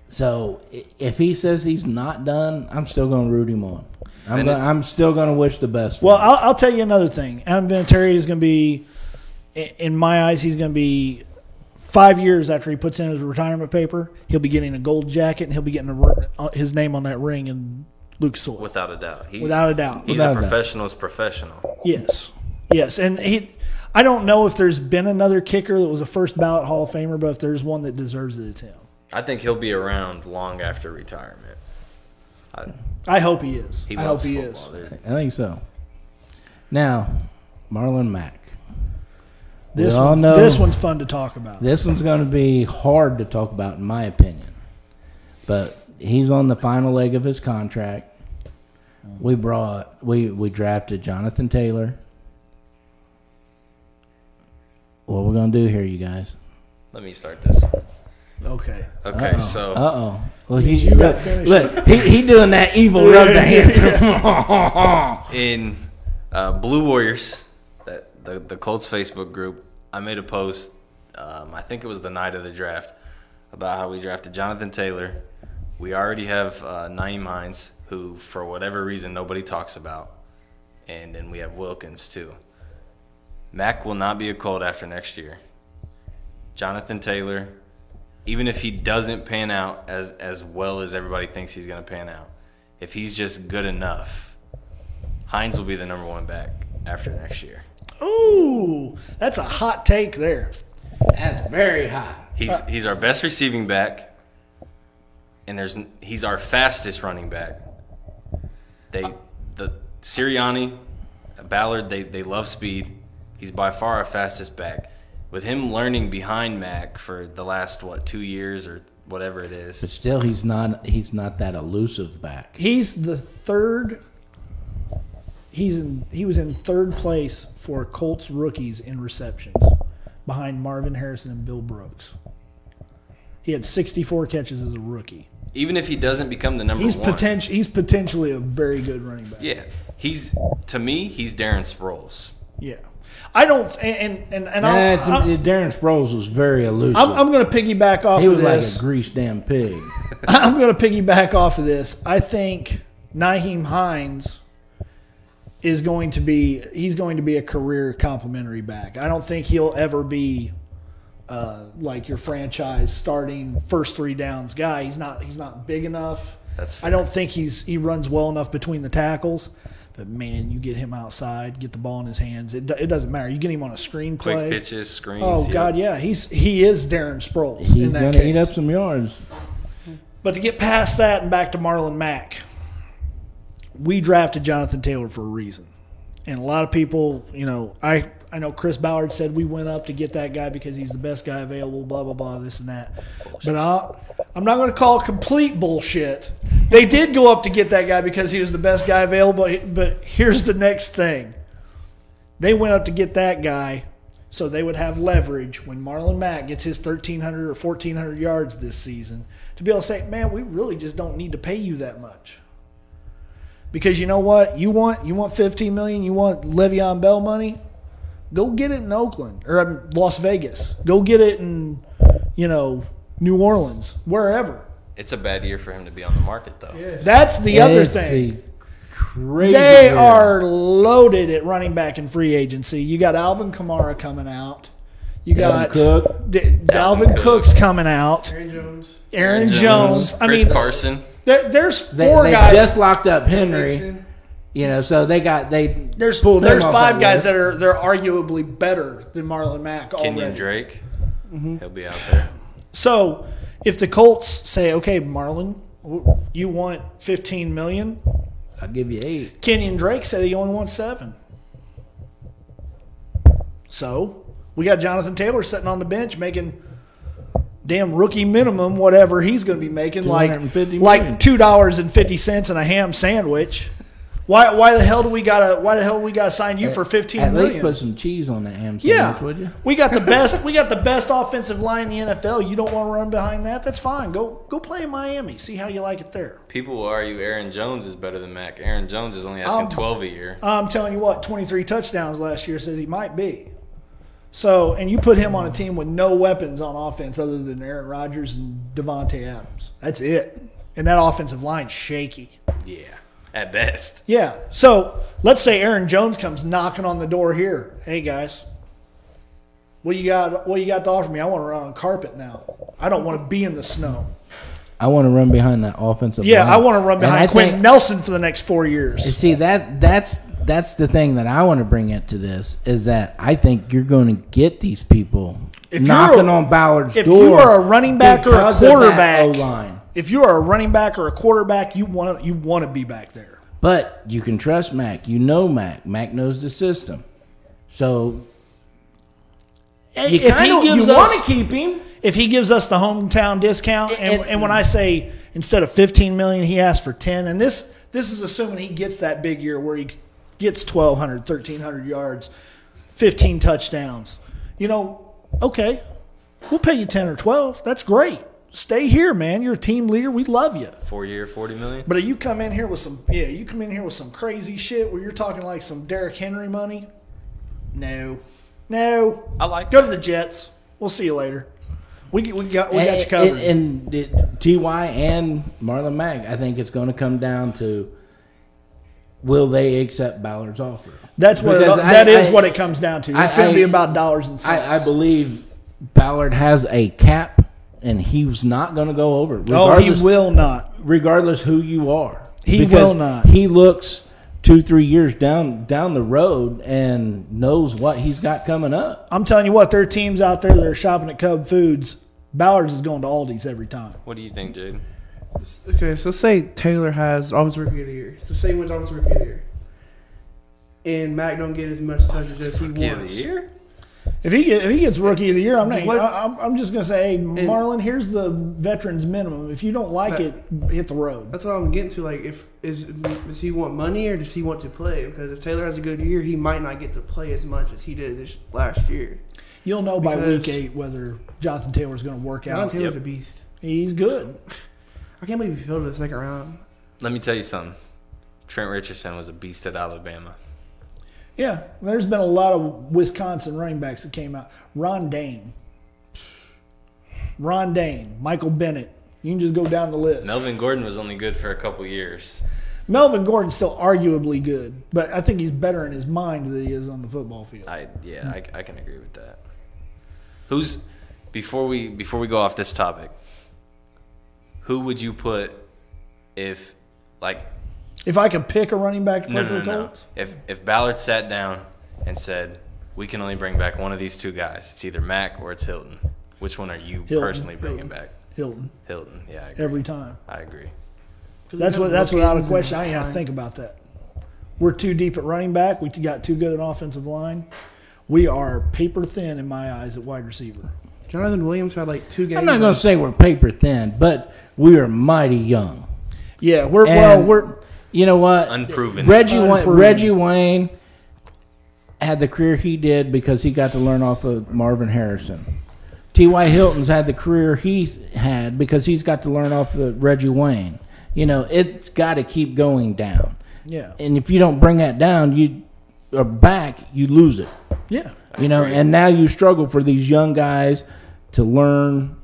A: So i- if he says he's not done, I'm still going to root him on. I'm
D: And
A: gonna,
D: it-
A: I'm still going to wish the best. for
B: Well,
A: him.
B: I'll, I'll tell you another thing. Adam Vinatieri is going to be, i- in my eyes, he's going to be five years after he puts in his retirement paper. He'll be getting a gold jacket and he'll be getting a, ri- uh, his name on that ring in Lucas Oil,
D: Without a doubt, he,
B: without a doubt.
D: he's
A: without a
D: a
A: doubt.
D: professional's professional.
B: Yes, yes, and he. I don't know if there's been another kicker that was a first ballot Hall of Famer, but if there's one that deserves it, it's him.
D: I think he'll be around long after retirement. I,
B: I hope he is.
D: he
B: I hope
D: loves
B: he is.
D: football. There-
A: I think so. Now, Marlon Mack. We
B: This
A: all
B: one,
A: know-
B: this one's fun to talk about.
A: This one's going to be hard to talk about, in my opinion. But he's on the final leg of his contract. We brought we we drafted Jonathan Taylor. What we're gonna do here, you guys?
D: Let me start this. one.
B: Okay.
D: Okay, so
A: Uh oh. Well, he,
B: you
A: look,
B: got finished.
A: look, he, he doing that evil rub the hand.
D: in uh, Blue Warriors, that the, the Colts Facebook group, I made a post. Um, I think it was the night of the draft about how we drafted Jonathan Taylor. We already have uh, Naeem Hines, who for whatever reason nobody talks about, and then we have Wilkins too. Mac will not be a Colt after next year. Jonathan Taylor, even if he doesn't pan out as as well as everybody thinks he's going to pan out, if he's just good enough, Hines will be the number one back after next year.
B: Ooh, that's a hot take there.
A: That's very hot.
D: He's
B: Uh.
D: he's our best receiving back, and there's n- he's our fastest running back.
B: Uh.
D: They the Sirianni, Ballard, they they love speed. He's by far our fastest back. With him learning behind Mac for the last what two years or whatever it is,
A: But still, he's not he's not that elusive back.
B: He's the third. He's in, he was in third place for Colts rookies in receptions, behind Marvin Harrison and Bill Brooks. He had 64 catches as a rookie.
D: even if he doesn't become the number
B: He's
D: one,
B: potential. He's potentially a very good running back.
D: yeah, he's to me he's Darren Sproles.
B: Yeah. I don't and and and, and
A: Nah,
B: I'll,
A: Eh, it's-
B: I'm,
A: Darren Sproles was very elusive.
B: I'm, I'm going to piggyback off
A: he
B: of
A: was like
B: this.
A: a greased damn pig.
B: I'm going to piggyback off of this. I think Naheem Hines is going to be he's going to be a career complimentary back. I don't think he'll ever be uh, like your franchise starting first three downs guy. He's not he's not big enough.
D: That's
B: I don't think he's he runs well enough between the tackles. But man, you get him outside, get the ball in his hands. It, do- it doesn't matter. You get him on a screen
D: Quick
B: play.
D: pitches, screens.
B: Oh
D: yeah.
B: God, yeah, he's he is Darren Sproles.
A: He's
B: in that
A: gonna
B: case.
A: eat up some yards.
B: But to get past that and back to Marlon Mack, we drafted Jonathan Taylor for a reason. And a lot of people, you know, I, I know Chris Ballard said we went up to get that guy because he's the best guy available, blah, blah, blah, this and that. But I'll, I'm not going to call it complete bullshit. They did go up to get that guy because he was the best guy available. But here's the next thing they went up to get that guy so they would have leverage when Marlon Mack gets his 1,300 or 1,400 yards this season to be able to say, man, we really just don't need to pay you that much. Because you know what? You want you want 15 million, you want Le'Veon Bell money? Go get it in Oakland or um, Las Vegas. Go get it in, you know, New Orleans, wherever.
D: It's a bad year for him to be on the market, though.
B: That's the other
A: It's
B: thing.
A: the Crazy
B: They
A: year.
B: are loaded at running back in free agency. You got Alvin Kamara coming out. You
A: Dalvin
B: got
A: Cook.
B: D- Dalvin
D: Cook.
B: Cook's coming out.
C: Aaron Jones.
B: Aaron Jones. I
D: Chris
B: mean,
D: Carson.
B: there, there's
A: They,
B: four
A: they
B: guys.
A: just locked up Henry.
C: Mixon.
A: You know, so they got they
B: there's
A: pulled him
B: there's
A: off
B: five
A: that
B: guys
A: list.
B: that are they're arguably better than Marlon Mack already.
D: Kenyon Drake.
B: Mm-hmm.
D: He'll be out there.
B: So if the Colts say, okay, Marlon, w- you want 15 million,
A: I'll give you eight.
B: Kenyon Drake said he only wants seven. So we got Jonathan Taylor sitting on the bench making damn rookie minimum, whatever he's going to be making, like
A: $250 million.
B: like two dollars and fifty cents and a ham sandwich. Why, why the hell do we gotta why the hell we gotta sign you for fifteen
A: At
B: million?
A: least put some cheese on that ham sandwich,
B: Yeah,
A: would you?
B: we got the best. We got the best offensive line in the NFL. You don't want to run behind that? That's fine. Go go play in Miami. See how you like it there.
D: People will argue Aaron Jones is better than Mac. Aaron Jones is only asking
B: Um,
D: 12 a year.
B: I'm telling you what, 23 touchdowns last year says he might be. So, and you put him on a
A: Mm.
B: team with no weapons on offense other than Aaron Rodgers and Devontae Adams. That's it. And that offensive line's shaky.
D: Yeah, at best.
B: Yeah. So let's say Aaron Jones comes knocking on the door here. Hey guys, what you got? What you got to offer me? I want to run on carpet now. I don't want to be in the snow.
A: I want to run behind that offensive.
B: Yeah,
A: line.
B: I want to run
A: And I
B: behind Quentin
A: think-
B: Nelson for the next four years.
A: And See that that's that's the thing that I want to bring into this is that I think you're going to get these people
B: If
A: knocking
B: you're a-
A: on Ballard's
B: if
A: door.
B: you are a running back or a
A: because of that
B: quarterback-
A: O-line.
B: If you are a running back or a quarterback, you want you want to be back there.
A: but you can trust Mac. You know Mac. Mac knows the system, so you
B: if
A: kind of
B: he
A: you
B: gives
A: want
B: us
A: to keep him.
B: if he gives us the hometown discount, and,
A: And-
B: and when I say instead of fifteen million, he asked for ten, and this this is assuming he gets that big year where he gets 1,200, 1,300 yards, fifteen touchdowns. You know, okay, we'll pay you ten or twelve. That's great. Stay here, man. You're a team leader. We love you.
D: Four year, 40 million.
B: But if you come in here with some yeah, you come in here with some crazy shit where you're talking like some Derrick Henry money. No, no.
D: I like
B: Go to the Jets. We'll see you later. We get- we got we got you covered.
A: And, and, and Ty and Marlon Mack, I think it's going to come down to will they accept Ballard's offer?
B: That's what it,
A: Because I-
B: that is
A: I-
B: what it comes down to. It's
A: I-
B: going
A: I-
B: to be about dollars and cents.
A: I, I believe Ballard has a cap, and he's not going to go over. it,
B: oh, he
A: regardless-
B: will not.
A: regardless who you are.
B: He will
A: Because
B: not.
A: He looks two, three years down down the road and knows what he's got coming up.
B: I'm telling you what, there are teams out there that are shopping at Cub Foods. Ballard's is going to Aldi's every time.
D: What do you think, Jade?
C: Okay, so say Taylor has offensive rookie of the year. So say he wins offensive rookie of the year, and Mac don't get as much touches as he
D: Rookie of the
C: wants.
D: year?
B: If he get, if he gets rookie of the year, I'm not.
C: What-
B: I, I'm, I'm just going to say, hey, Marlon, here's the veterans minimum. If you don't like it, hit the road.
C: That's what I'm getting to. Like, if is does he want money or does he want to play? Because if Taylor has a good year, he might not get to play as much as he did this last year.
B: You'll know by
C: Because-
B: week eight whether Jonathan Taylor's going to work
C: John
B: out.
C: Taylor's
D: Yep.
C: a beast.
B: He's good.
C: I can't believe he fell to the second round.
D: Let me tell you something. Trent Richardson was a beast at Alabama.
B: Yeah, there's been a lot of Wisconsin running backs that came out. Ron Dane, Ron Dane, Michael Bennett. You can just go down the list.
D: Melvin Gordon was only good for a couple years.
B: Melvin Gordon's still arguably good, but I think he's better in his mind than he is on the football field.
D: I yeah, I, I can agree with that. Who's before we before we go off this topic? Who would you put if like
B: If I could pick a running back to play
D: no
B: for
D: no no,
B: the
D: no.
B: Colts,
D: if if Ballard sat down and said we can only bring back one of these two guys, it's either Mac or it's Hilton. Which one are you
B: Hilton.
D: personally bringing back?
B: Hilton
D: Hilton. Yeah, I agree.
B: every time.
D: I agree.
B: That's what. That's without a question. I ain't gotta think about that. We're too deep at running back. We got too good at offensive line. We are paper thin in my eyes at wide receiver.
C: Jonathan Williams had like two games.
A: I'm not going to say we're paper thin, but we are mighty young.
B: Yeah, we're well.
A: And
B: We're
A: you know what?
D: Unproven.
A: Reggie Wayne,
B: Unproven.
A: Reggie Wayne had the career he did because he got to learn off of Marvin Harrison. T.Y. Hilton's had the career he's had because he's got to learn off of Reggie Wayne. You know, it's got to keep going down.
B: yeah.
A: And if you don't bring that down, you or back, you lose it.
B: Yeah.
A: You know, and now you struggle for these young guys to learn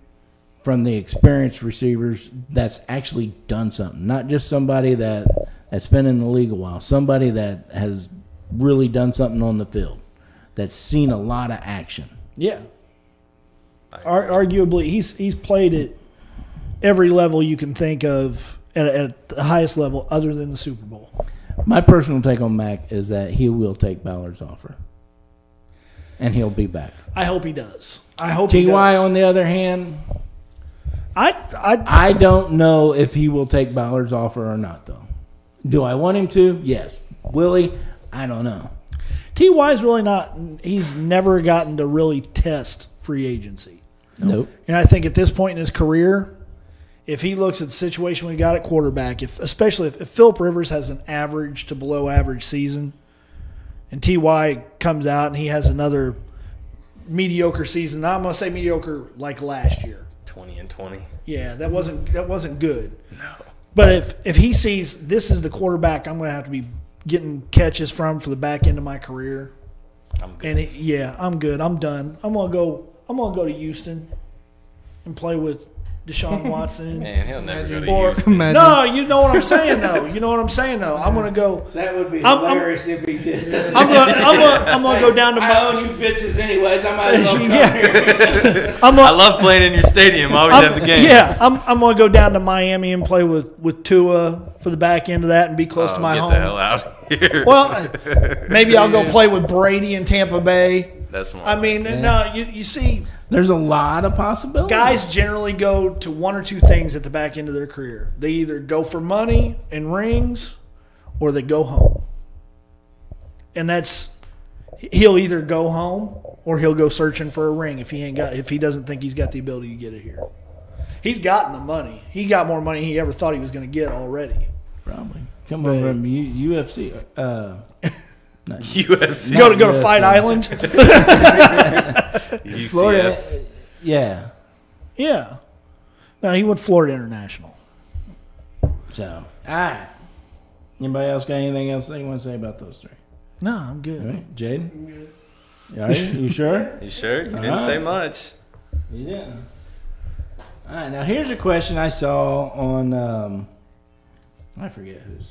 A: from the experienced receivers that's actually done something, not just somebody that that's been in the league a while, somebody that has really done something on the field, that's seen a lot of action.
B: Yeah.
D: I
B: Ar- arguably, he's he's played at every level you can think of at, at the highest level, other than the Super Bowl.
A: My personal take on Mac is that he will take Ballard's offer, and he'll be back.
B: I hope he does. I hope he
A: Ty,
B: does.
A: on the other hand,
B: I I
A: I don't know if he will take Ballard's offer or not, though. Do I want him to? Yes. Will he? I don't know.
B: Ty is really not. He's never gotten to really test free agency,
A: Nope.
B: and I think at this point in his career. If he looks at the situation we got at quarterback, if especially if, if Philip Rivers has an average to below average season, and Ty comes out and he has another mediocre season, I'm gonna say mediocre like last year,
D: twenty and twenty.
B: Yeah, that wasn't that wasn't good. No. But if if he sees this is the quarterback I'm going to have to be getting catches from for the back end of my career,
D: I'm good.
B: and it, yeah, I'm good. I'm done. I'm going to go. I'm going to go to Houston and play with Deshaun Watson.
D: Man, he'll never go to
B: Or-
D: Houston.
B: no, you know what I'm saying though. You know what I'm saying though. I'm going to go.
E: That would be
B: I'm- I'm-
E: hilarious if he did.
B: I'm going. I'm going. I'm going to go down to
E: I
B: my.
E: own you bitches anyways. I might as well come here.
B: Yeah. I'm
D: I
B: gonna-
D: love playing in your stadium. I always
B: I'm-
D: have the games.
B: Yeah, I'm, I'm going to go down to Miami and play with, with Tua for the back end of that and be close
D: Oh,
B: to my
D: get
B: home.
D: the hell out of here.
B: Well, maybe I'll go play with Brady in Tampa Bay.
D: that's smart.
B: I mean, no, you, you see,
A: There's a lot of possibilities.
B: guys generally go to one or two things at the back end of their career. They either go for money and rings, or they go home. And that's he'll either go home or he'll go searching for a ring if he ain't got if he doesn't think he's got the ability to get it here. He's gotten the money. He got more money than he ever thought he was going to get already.
A: Probably. Come on, Rem, U- UFC. Uh,
D: UFC,
B: Go to go to
A: Yeah,
B: Fight
A: so-
B: Island.
D: UCF.
A: Florida. Yeah.
B: yeah. No, he went Florida International.
A: So, all right. Anybody else got anything else they want to say about those three?
B: No, I'm good.
A: All right, Jaden? All right, you sure?
D: You sure? You didn't
A: All
D: say
A: right.
D: much.
A: You didn't. All right, now here's a question I saw on, um, I forget whose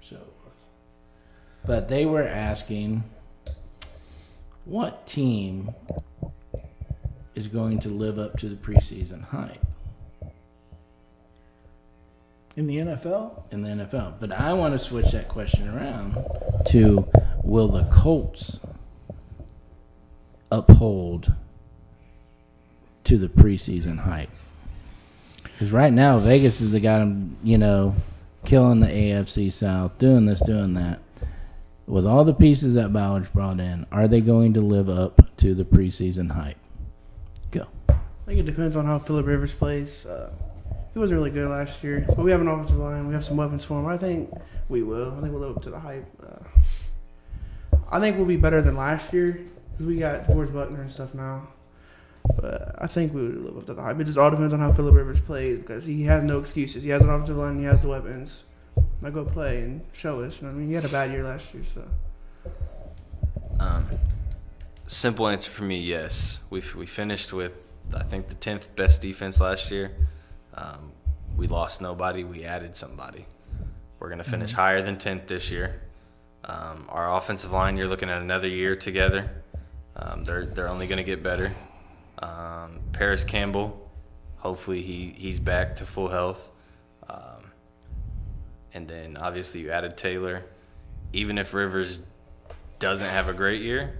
A: show it was, but they were asking what team is going to live up to the preseason hype
B: In the NFL?
A: in the NFL. But I want to switch that question around to will the Colts uphold to the preseason hype? Because right now, Vegas is the got them, you know, killing the AFC South, doing this, doing that. With all the pieces that Ballard's brought in, are they going to live up to the preseason hype? Go.
C: I think it depends on how Philip Rivers plays. Uh, he wasn't really good last year, but we have an offensive line. We have some weapons for him. I think we will. I think we'll live up to the hype. Uh, I think we'll be better than last year because we got Forrest Buckner and stuff now. But I think we would live up to the hype. It just all depends on how Philip Rivers plays because he has no excuses. He has an offensive line. He has the weapons. Now go play and show us. You know what I mean, you had a bad year last year, so
D: Um, simple answer for me, yes. We we finished with I think the tenth best defense last year. Um, we lost nobody. We added somebody. We're gonna finish higher than tenth this year. Um, our offensive line, you're looking at another year together. Um, they're they're only gonna get better. Um, Paris Campbell, hopefully he he's back to full health. Um, and then obviously you added Taylor. Even if Rivers doesn't have a great year,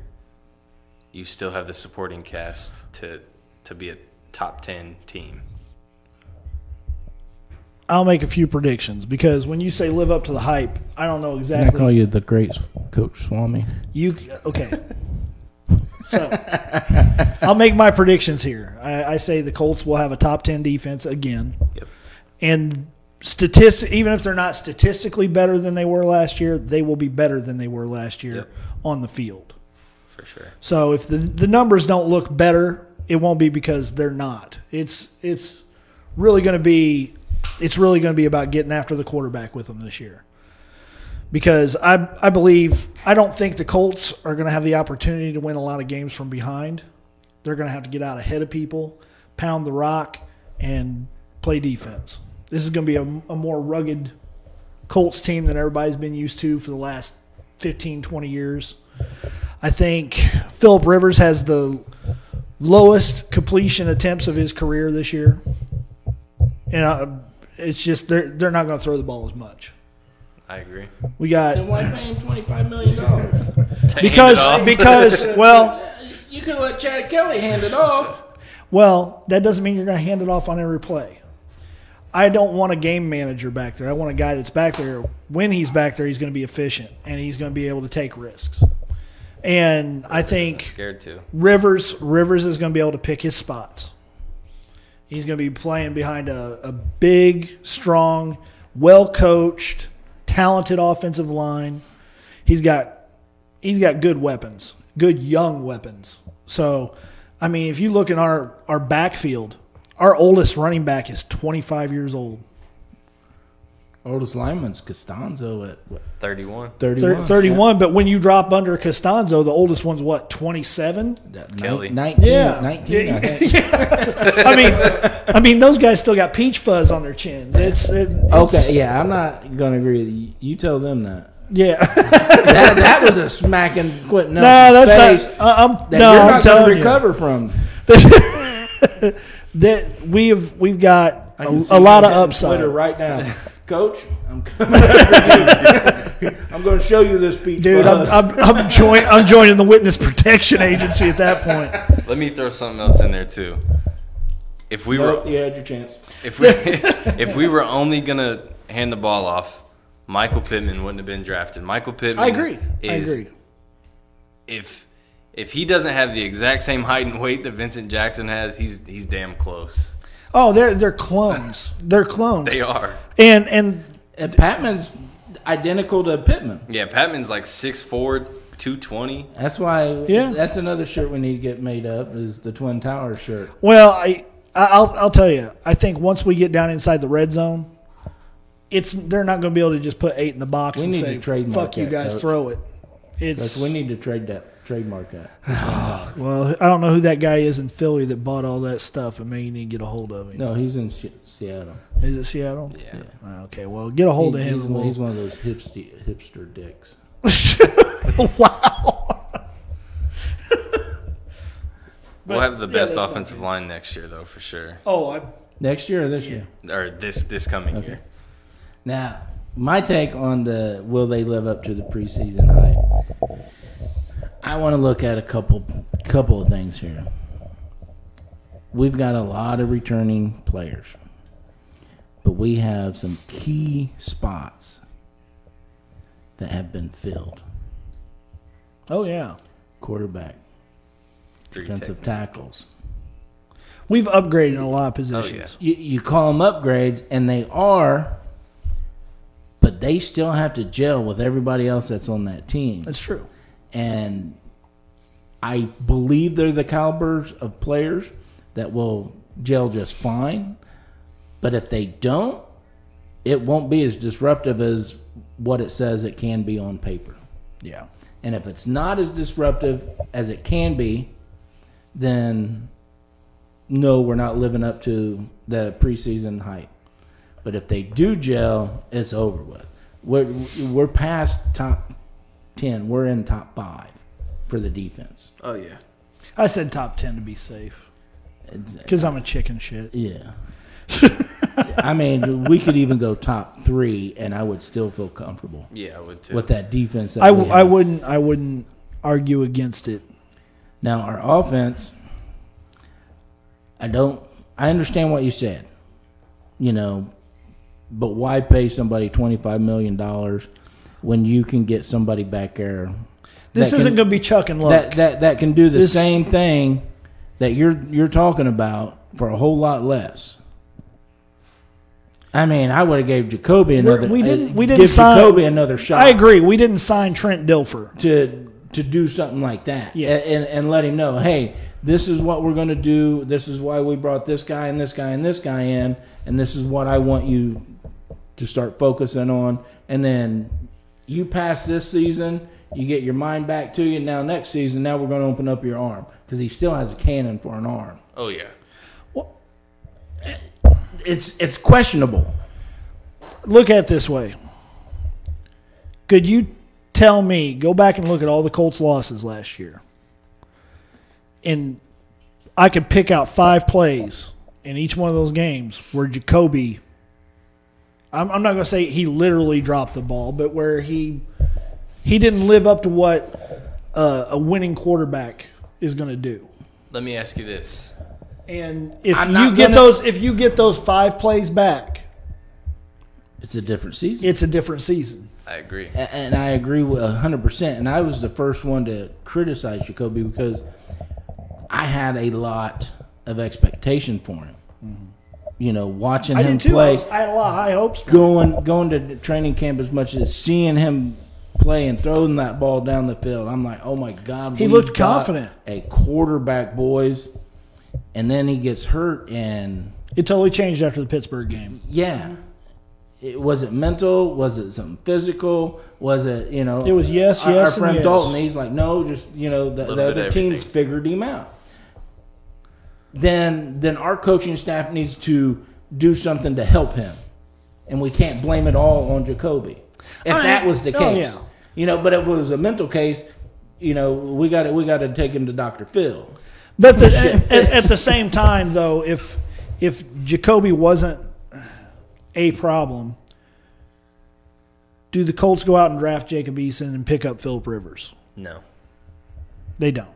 D: you still have the supporting cast to to be a top ten team.
B: I'll make a few predictions because when you say live up to the hype, I don't know
A: Can I
B: exactly.
A: call you the great Coach Swami?
B: You okay? so I'll make my predictions here. I, I say the Colts will have a top ten defense again,
D: Yep.
B: and statistic even if they're not statistically better than they were last year, they will be better than they were last year
D: Yep.
B: on the field.
D: For sure.
B: So if the the numbers don't look better, it won't be because they're not. It's it's really going to be it's really going to be about getting after the quarterback with them this year. Because I I believe I don't think the Colts are going to have the opportunity to win a lot of games from behind. They're going to have to get out ahead of people, pound the rock, and play defense. This is going to be a, a more rugged Colts team than everybody's been used to for the last 15, 20 years. I think Philip Rivers has the lowest completion attempts of his career this year, and I, it's just they're they're not going to throw the ball as much.
D: I agree.
B: We got
E: Then why pay him $25 million?
D: To hand it
B: because
D: off.
B: because well
E: You could let Chad Kelly hand it off.
B: well that doesn't mean you're going to hand it off on every play. I don't want a game manager back there. I want a guy that's back there. When he's back there, he's going to be efficient and he's going to be able to take risks. And I think
D: scared to.
B: Rivers Rivers is going to be able to pick his spots. He's going to be playing behind a, a big, strong, well coached, talented offensive line. He's got he's got good weapons, good young weapons. So, I mean, if you look in our our backfield, our oldest running back is 25 years old.
A: Oldest lineman's Costanzo at what,
D: 31.
A: 31.
B: Thir- 31, but when you drop under Costanzo, the oldest one's what, 27?
A: That-
D: Kelly.
A: nine- 19,
B: Yeah.
A: 19 I think.
B: I mean, I mean, those guys still got peach fuzz on their chins. It's it, it's-
A: Okay, yeah, I'm not gonna agree with you. You tell them that.
B: yeah.
A: That, that was a smacking quit no,
B: no, that's
A: space
B: not. I, I'm
A: that
B: no.
A: you're
B: I'm
A: not
B: telling
A: gonna
B: you.
A: recover from.
B: that we've we've got
A: I can
B: a,
A: see
B: a
A: you
B: lot of
A: hitting
B: upside.
A: Twitter right now, Coach. I'm coming. after you. I'm going to show you this peach
B: Dude,
A: fuzz.
B: I'm I'm, I'm, join, I'm joining the witness protection agency at that point.
D: Let me throw something else in there too. If we
A: Nope,
D: were
A: you had your chance.
D: if we if we were only gonna hand the ball off, Michael Pittman wouldn't have been drafted. Michael Pittman.
B: I agree. I
D: Is,
B: agree.
D: If if he doesn't have the exact same height and weight that Vincent Jackson has, he's he's damn close.
B: Oh, they're they're clones. They're clones.
D: They are.
B: And and
A: And Patman's identical to Pittman.
D: Yeah, Patman's like 6'4", 220.
A: That's why.
B: Yeah.
A: That's another shirt we need to get made up is the Twin Towers shirt.
B: Well, I I- I'll I'll tell you. I think once we get down inside the red zone, it's they're not going to be able to just put eight in the box
A: We
B: and
A: need
B: say,
A: to trademark
B: "Fuck you
A: that,
B: guys,
A: Coach.
B: throw it." It's
A: That's, we need to trade that trademark that.
B: well, I don't know who that guy is in Philly that bought all that stuff, but man, you need to get a hold of him.
A: No, he's in Se- Seattle.
B: Is it Seattle?
D: Yeah.
B: Ah, Okay, well, get a hold
A: He-
B: of him.
A: he's,
B: and
A: one-
B: we'll-
A: he's one of those hipster hipster dicks.
B: wow.
D: We'll have the
B: yeah,
D: best
B: that's not
D: offensive line next year though, for sure.
B: Oh, I,
A: Next year or this year?
D: Or this this coming year.
A: Now, my take on the will they live up to the preseason hype? I want to look at a couple couple of things here. We've got a lot of returning players, but we have some key spots that have been filled.
B: oh yeah.
A: Quarterback,
D: Three
A: defensive
D: tech.
A: tackles.
B: We've upgraded in a lot of
D: Oh,
B: positions.
A: You, you call them upgrades, and they are, but they still have to gel with everybody else that's on that team.
B: That's true.
A: and I believe they're the calibers of players that will gel just fine. But if they don't, it won't be as disruptive as what it says it can be on paper.
B: Yeah.
A: And if it's not as disruptive as it can be, then no, we're not living up to the preseason hype. But if they do gel, it's over with. We're, we're past top 10. We're in top five for the defense.
D: Oh yeah.
B: I said top ten to be safe
A: It's-
B: because I'm a chicken shit.
A: Yeah. I mean, we could even go top three, and I would still feel comfortable
D: Yeah, I would too.
A: with that defense. That
B: I,
A: we
B: w- I
A: have.
B: wouldn't I wouldn't argue against it.
A: Now our offense, I don't. I understand what you said, you know, but why pay somebody twenty five million dollars when you can get somebody back there?
B: This
A: that
B: isn't
A: can-
B: going to be Chuck and Luck.
A: that that that can do the
B: This-
A: same thing that you're you're talking about for a whole lot less. I mean, I would have gave Jacoby
B: We're-
A: another. uh,
B: we didn't- we didn't
A: give
B: sign-
A: Jacoby another shot
B: I agree. We didn't sign Trent Dilfer.
A: to to do something like that
B: Yeah.
A: A- and, and let him know hey this is what we're going to do this is why we brought this guy and this guy and this guy in and this is what i want you to start focusing on and then you pass this season you get your mind back to you now next season now we're going to open up your arm because he still has a cannon for an arm
D: oh yeah.
E: It's it's questionable.
B: look at it this way. Could you tell me, go back and look at all the Colts losses last year? And I could pick out five plays in each one of those games where Jacoby, I'm, I'm not going to say he literally dropped the ball, but where he he didn't live up to what uh, a winning quarterback is going to do.
D: Let me ask you this.
B: And if
E: I'm
B: you
E: not
B: get
E: gonna-
B: those, if you get those five plays back,
E: It's a different season.
B: it's a different season.
D: I agree.
E: A- and I agree with hundred percent. And I was the first one to criticize Jacoby because I had a lot of expectation for him. You know, watching
B: Mm-hmm. I
E: him
B: did too. I,
E: play,
B: was- I had a lot of high hopes. For
E: going going to training camp as much as seeing him play and throwing that ball down the field. I'm like, oh my god,
B: He
E: we've
B: looked
E: got
B: confident.
E: a quarterback, boys. And then he gets hurt, and
B: It totally changed after the Pittsburgh game.
E: yeah, it was it mental? Was it something physical? Was it you know?
B: It was yes,
E: our,
B: yes,
E: Our friend
B: and yes.
E: Dalton, he's like, no, just you know, the,
D: Little
E: the
D: bit
E: other
D: of
E: teams
D: everything.
E: figured him out. Then then our coaching staff needs to do something to help him, and we can't blame it all on Jacoby. If
B: I-
E: that was the
B: oh,
E: case,
B: yeah.
E: you know, but if it was a mental case. You know, we got to we got to take him to Doctor Phil.
B: But the, at, at the same time, though, if if Jacoby wasn't a problem, do the Colts go out and draft Jacob Eason and pick up Philip Rivers?
D: No.
B: They don't.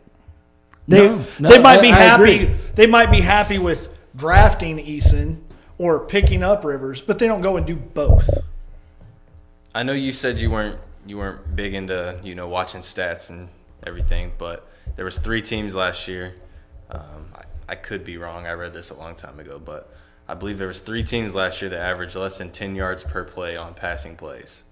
B: They
E: No, no,
B: they might
E: I-
B: be
E: I
B: happy.
E: agree.
B: They might be happy with drafting Eason or picking up Rivers, but they don't go and do both.
D: I know you said you weren't you weren't big into you know watching stats and everything, but there was three teams last year. Um, I, I could be wrong. I read this a long time ago, but I believe there was three teams last year that averaged less than ten yards per play on passing plays.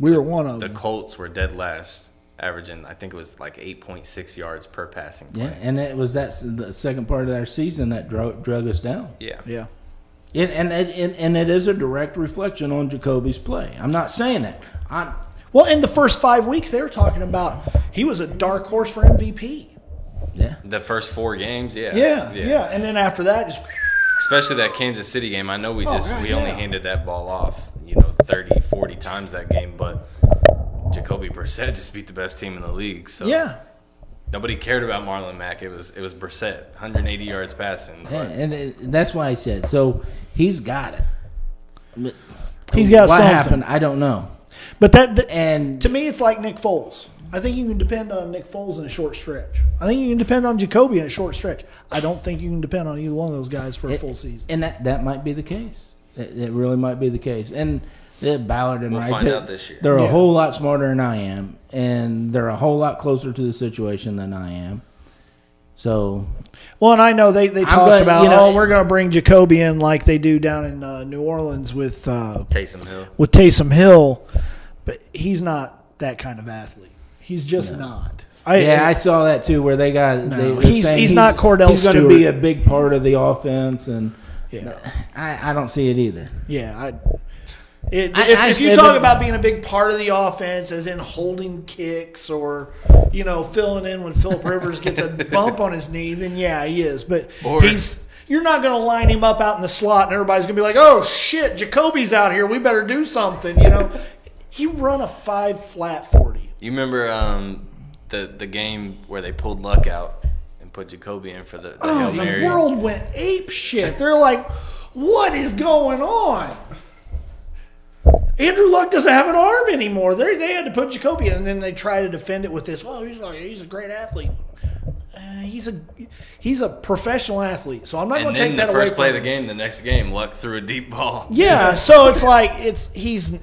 B: We were one of
D: The
B: them.
D: Colts were dead last, averaging I think it was like eight point six yards per passing
E: Yeah,
D: play.
E: and it was that s- the second part of our season that drug, drug us down.
D: Yeah.
B: yeah.
E: It, and, it, and and it is a direct reflection on Jacoby's play. I'm not saying that. I
B: Well, in the first five weeks, they were talking about he was a dark horse for MVP.
E: yeah.
D: The first four games, yeah.
B: Yeah, yeah. And then after that, just
D: Especially that Kansas City game. I know we
B: Oh,
D: just
B: God,
D: we only
B: yeah.
D: handed that ball off, you know, 30, 40 times that game, but Jacoby Brissett just beat the best team in the league. So
B: yeah.
D: nobody cared about Marlon Mack. It was it was Brissett, 180 yards passing.
E: Yeah,
D: But
E: and it, that's why I said so. He's got it. But
B: He's got
E: what
B: something.
E: happened. I don't know.
B: But that, that-
E: And
B: to me, it's like Nick Foles. I think you can depend on Nick Foles in a short stretch. I think you can depend on Jacoby in a short stretch. I don't think you can depend on either one of those guys for a
E: it-
B: full season.
E: and that that might be the case. It, it really might be the case. And uh, Ballard and
D: We'll
E: Wright,
D: find
E: they're-
D: out this year.
E: They're a
B: Yeah.
E: whole lot smarter than I am, and they're a whole lot closer to the situation than I am. So
B: Well, and I know they, they
E: I'm
B: talked
E: glad-
B: about
E: you know-
B: oh we're going to bring Jacoby in like they do down in uh, New Orleans with uh,
D: Taysom Hill.
B: with Taysom Hill, but he's not that kind of athlete. He's just not. I,
E: yeah, I saw that too, where they got.
B: No,
E: they were
B: he's-
E: saying
B: he's not Cordell
E: He's to be a
B: Stewart.
E: big part of the offense, and
B: yeah.
E: I, I don't see it either.
B: Yeah, I, it,
E: I-
B: if,
E: I-
B: if you
E: it-
B: talk about being a big part of the offense, as in holding kicks or you know filling in when Philip Rivers gets a bump on his knee, then yeah, he is. But
D: Or-
B: he's you're not going to line him up out in the slot, and everybody's going to be like, "Oh shit, Jacoby's out here. We better do something." You know, he run a five flat forty.
D: You remember um, the the game where they pulled Luck out and put Jacoby in for the, the
B: Oh,
D: Hail
B: the
D: Mary?
B: world went ape shit. They're like, "What is going on?" Andrew Luck doesn't have an arm anymore. They they had to put Jacoby in, and then they try to defend it with this. Well, he's like he's a great athlete. Uh, he's a he's a professional athlete, so I'm not going
D: And
B: to take
D: then the
B: that away
D: first
B: from
D: play of
B: him.
D: the game, the next game, Luck threw a deep ball.
B: Yeah, so it's like it's he's.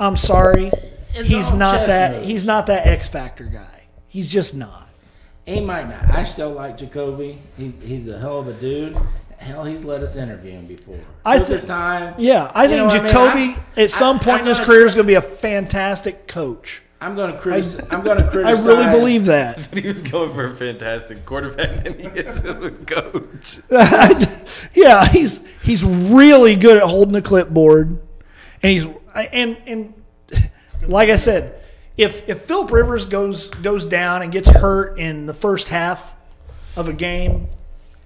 B: I'm sorry,
E: It's
B: he's
E: all
B: not
E: chess
B: that
E: moves.
B: he's not that X factor guy. He's just not.
E: He might not. I still like Jacoby. He, he's a hell of a dude. Hell, he's let us interview him before.
B: I
E: Took
B: thi-
E: his time.
B: Yeah, I
E: You know
B: think
E: what I mean?
B: Jacoby
E: I-
B: at some
E: I-
B: point
E: I'm
B: in his
E: gonna-
B: career is going to be a fantastic coach.
E: I'm going to criticize. I'm going to
B: I
E: criticize.
B: really believe that.
D: He was going for a fantastic quarterback, and he is a coach.
B: yeah, he's he's really good at holding a clipboard, and he's I- and and like I said, if if Philip Rivers goes goes down and gets hurt in the first half of a game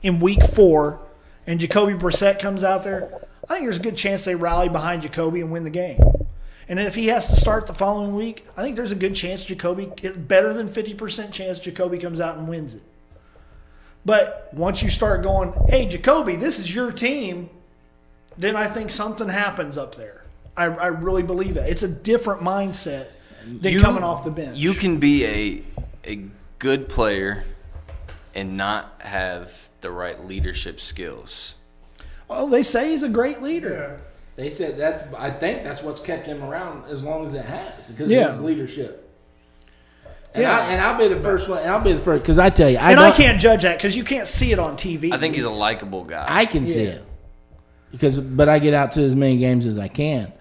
B: in week four, and Jacoby Brissett comes out there, I think there's a good chance they rally behind Jacoby and win the game. And then if he has to start the following week, I think there's a good chance Jacoby, better than 50% chance Jacoby comes out and wins it. But once you start going, hey, Jacoby, this is your team, then I think something happens up there. I, I really believe that. It's a different mindset than coming off the bench.
D: You can be a a good player and not have the right leadership skills.
B: oh, they say he's a great leader.
E: They said that. I think that's what's kept him around as long as it has because
B: Yeah.
E: of his leadership. And
B: Yeah.
E: I, and I'll be the first one. And I'll be the first because I tell you, I
B: and I
E: don't-
B: can't judge that because you can't see it on TV.
D: I think he's a likable guy.
E: I can see
B: Yeah.
E: it because, but I get out to as many games as I can.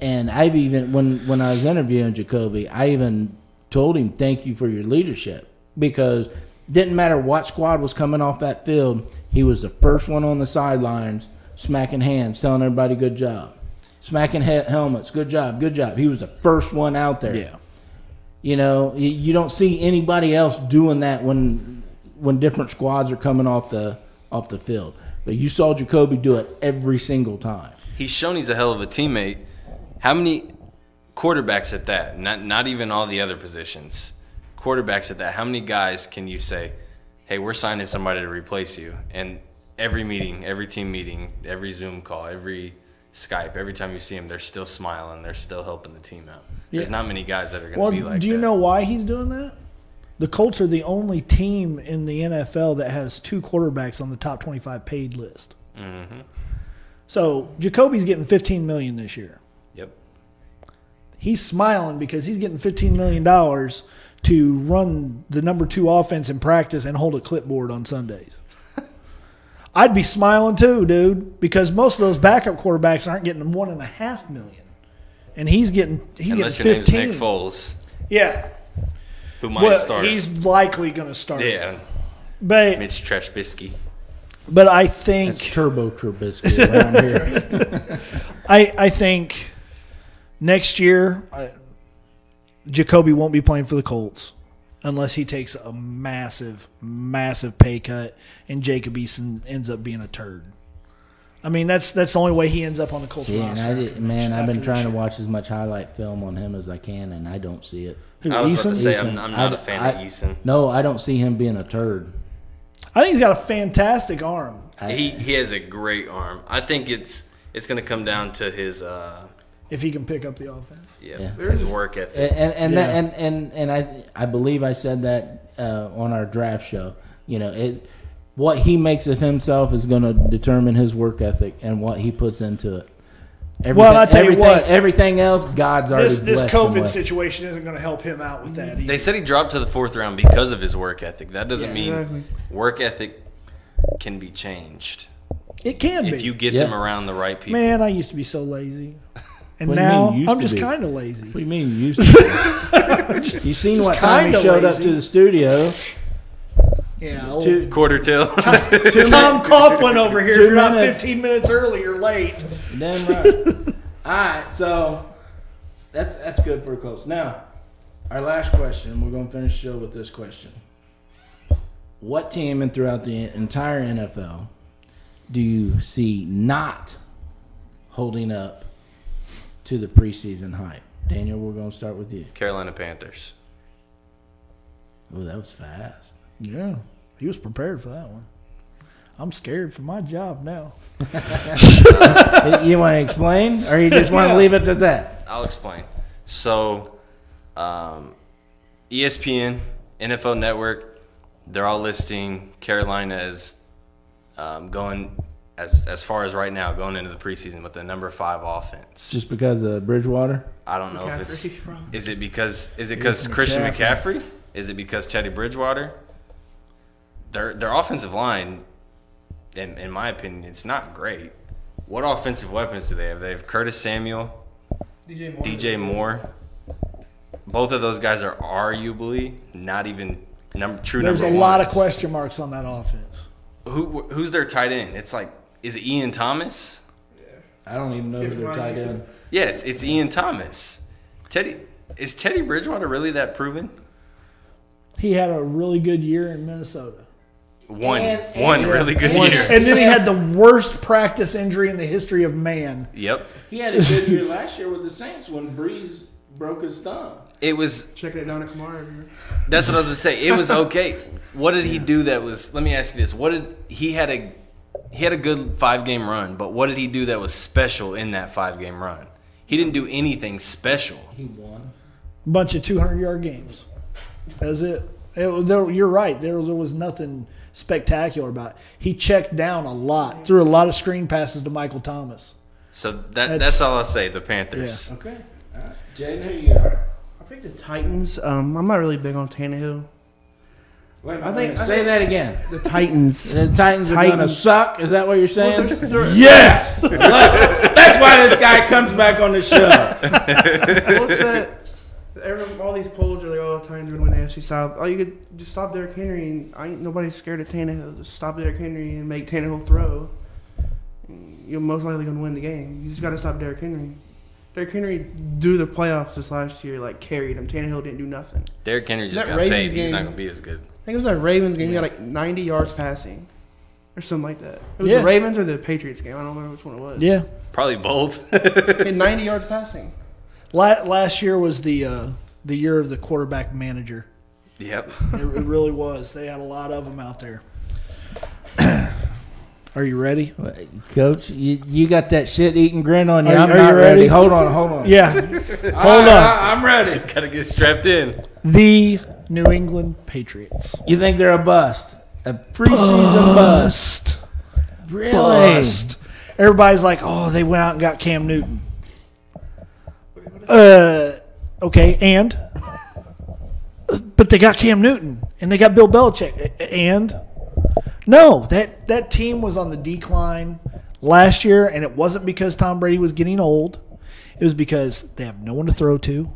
E: And I've even when when I was interviewing Jacoby, I even told him thank you for your leadership because didn't matter what squad was coming off that field, he was the first one on the sidelines smacking hands, telling everybody good job, smacking he- helmets, good job, good job. He was the first one out there.
B: yeah.
E: You know, you, you don't see anybody else doing that when when different squads are coming off the off the field. But you saw Jacoby do it every single time.
D: he's shown he's a hell of a teammate. How many quarterbacks at that? Not not even all the other positions. Quarterbacks at that. How many guys can you say, "Hey, we're signing somebody to replace you"? And every meeting, every team meeting, every Zoom call, every Skype, every time you see him, they're still smiling. They're still helping the team out. There's not many guys that are going to
B: Well,
D: be like
B: do you
D: that.
B: know why he's doing that? The Colts are the only team in the NFL that has two quarterbacks on the top 25 paid list.
D: Mm-hmm.
B: So Jacoby's getting 15 million this year.
D: Yep.
B: He's smiling because he's getting 15 million dollars to run the number two offense in practice and hold a clipboard on Sundays. I'd be smiling too, dude, because most of those backup quarterbacks aren't getting one and a half million, and he's getting he's
D: Unless your
B: getting
D: name's
B: 15.
D: Nick Foles,
B: Yeah,
D: who might
B: well,
D: start.
B: he's likely going to start.
D: yeah,
B: But
D: Mitch Trubisky.
B: but I think
E: Turbo Trubisky around here.
B: I I think next year I, Jacoby won't be playing for the Colts unless he takes a massive massive pay cut and Jacob Eason ends up being a turd. I mean that's that's the only way he ends up on the Colts
E: Yeah, and
B: roster.
E: I did,
B: after
E: man,
B: next-
E: I've been
B: after this
E: trying to
B: year.
E: watch as much highlight film on him as I can, and I don't see it.
B: Who,
D: I was about to
B: Eason?
D: say I'm,
E: Eason.
D: I'm not
E: I-
D: a fan
E: I-
D: of Eason.
E: No, I don't see him being a turd.
B: I think he's got a fantastic arm.
E: I-
D: He he has a great arm. I think it's it's going to come down to his uh
B: If he can pick up the offense,
D: yeah,
E: Yeah.
D: his work ethic.
E: and and that,
B: Yeah.
E: and, and and I I believe I said that uh, on our draft show. You know, it what he makes of himself is going to determine his work ethic and what he puts into it. Everything,
B: Well, and I tell you
E: everything,
B: what-
E: everything else, God's already
B: this this
E: blessed him
B: COVID
E: with.
B: situation isn't going to help him out with that. Either.
D: They said he dropped to the fourth round because of his work ethic. That doesn't mean
C: exactly.
D: work ethic can be changed
B: It can be
D: if you get
E: Yeah.
D: them around the right people.
B: Man, I used to be so lazy. And
E: What do you
B: now
E: mean, used
B: I'm
E: to
B: just
E: be?
B: kind of lazy.
E: What do you mean you? you seen
B: just
E: what time
B: kinda
E: he showed up
B: lazy.
E: to the studio?
B: Yeah. old-
E: Two,
D: Quarter till.
B: Tom Coughlin over here.
E: Two
B: You're not
E: minutes.
B: 15 minutes early. You're late.
E: Damn right. All right, so that's that's good for a close. Now, our last question. We're gonna finish the show with this question. What team and throughout the entire NFL do you see not holding up to the preseason hype? Daniel, we're gonna start with you.
D: Carolina Panthers.
E: Oh, that was fast.
B: Yeah. He was prepared for that one. I'm scared for my job now.
E: you want to explain, or you just want to
B: Yeah.
E: leave it at that?
D: I'll explain. So, um, ESPN, NFL Network, they're all listing Carolina as um, going as as far as right now going into the preseason with the number five offense.
E: Just because of Bridgewater?
D: I don't know if
C: McCaffrey,
D: it's
C: probably.
D: is it because is it because Christian McCaffrey? Is it because Teddy Bridgewater? Their their offensive line, in in my opinion, it's not great. What offensive weapons do they have? They have Curtis Samuel,
C: DJ Moore.
D: DJ Moore. Both of those guys are arguably not even num- true
B: There's a
D: number
B: lot of
D: ones.
B: question marks on that offense.
D: Who who's their tight end? It's like is it Ian Thomas?
E: I don't even know who
C: Give
E: they're
C: my-
E: tied in.
D: Yeah, it's it's Ian Thomas. Teddy is Teddy Bridgewater really that proven?
B: He had a really good year in Minnesota.
D: one
A: And-
D: one
A: and-
D: really good
A: One-
D: year.
B: And then he had the worst practice injury in the history of man.
D: yep.
E: He had a good year last year with the Saints when Breeze broke his thumb.
D: It was
C: Checking it down at Kamara every year.
D: that's what I was gonna say. It was okay. What did he do that was let me ask you this. What did he had a he had a good five game run, but what did he do that was special in that five game run? He didn't do anything special.
A: He won.
B: bunch of 200 yard games. That's it. It was- there- you're right. There, there was nothing spectacular about it. He checked down a lot, threw a lot of screen passes to Michael Thomas.
D: So that that's,
B: That's-
D: all I'll say, the Panthers.
E: Okay. All right. Jaden, who you got?
C: I picked the Titans. Um, I'm not really big on Tannehill.
E: Wait,
C: I
E: I
C: think-
E: think
C: I
E: say
C: think-
E: that again.
C: The Titans.
A: The Titans, are going to
C: Titans.
A: suck. Is that what you're saying?
C: Well, they're- they're-
A: yes. Look, that's why this guy comes back on the show.
C: What's that? Everyone, all these polls are like, "Oh, Titans gonna win the AFC South." Oh, you could just stop Derrick Henry, and I ain't nobody's scared of Tannehill. Just stop Derrick Henry and make Tannehill throw. And You're most likely gonna win the game. You just gotta stop Derrick Henry. Derrick Henry do the playoffs this last year, like carried him. Tannehill didn't do nothing.
D: Derrick Henry just
C: That
D: got
C: Ravens
D: paid. He's not
C: game-
D: gonna be as good.
C: I think it was that Ravens game. He got like 90 yards passing, or something like that. It was
B: Yeah.
C: the Ravens or the Patriots game. I don't remember which one it was.
B: Yeah.
D: Probably both.
C: He had 90 yards passing.
B: La- last year was the uh, the year of the quarterback manager.
D: yep.
B: It, it really was. They had a lot of them out there. Are you ready?
A: Coach, you, you got that shit eating grin on you.
B: Are-
A: I'm
B: are
A: not
B: you
A: ready.
B: ready?
A: Hold on, hold on.
B: Yeah.
A: hold on.
E: I, am ready.
D: Gotta get strapped in.
B: the New England Patriots.
A: You think they're a bust? A preseason bust?
B: Bust.
A: Really?
B: bust. Everybody's like, oh, they went out and got Cam Newton. Uh, okay, and but they got Cam Newton and they got Bill Belichick A- and no, that that team was on the decline last year, and it wasn't because Tom Brady was getting old. It was because they have no one to throw to.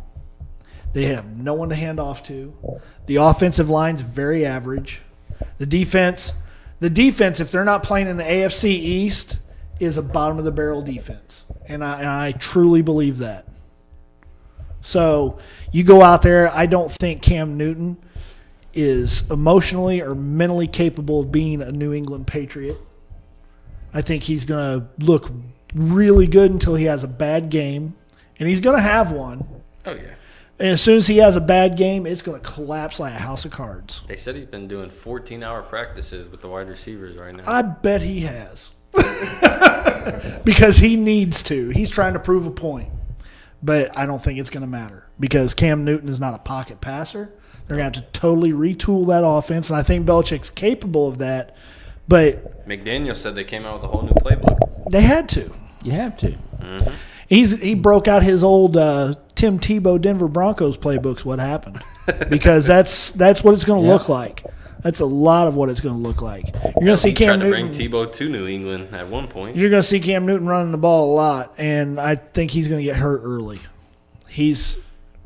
B: They have no one to hand off to. The offensive line's very average. The defense, the defense, if they're not playing in the AFC East, is a bottom of the barrel defense, and I, and I truly believe that. So you go out there. I don't think Cam Newton is emotionally or mentally capable of being a New England Patriot. I think he's going to look really good until he has a bad game, and he's going to have one.
D: Oh yeah.
B: And as soon as he has a bad game, it's going to collapse like a house of cards.
D: They said he's been doing 14 hour practices with the wide receivers right now.
B: I bet he has. because he needs to. He's trying to prove a point. But I don't think it's going to matter because Cam Newton is not a pocket passer. They're going to have to totally retool that offense. And I think Belichick's capable of that. But
D: McDaniel said they came out with a whole new playbook.
B: they had to.
A: You have to.
B: He's he broke out his old uh, Tim Tebow Denver Broncos playbooks. What happened? Because that's that's what it's going to look like. That's a lot of what it's going to look like. You're going to see
D: He tried
B: Cam
D: to bring
B: Newton.
D: Tebow to New England at one point.
B: you're going to see Cam Newton running the ball a lot, and I think he's going to get hurt early. He's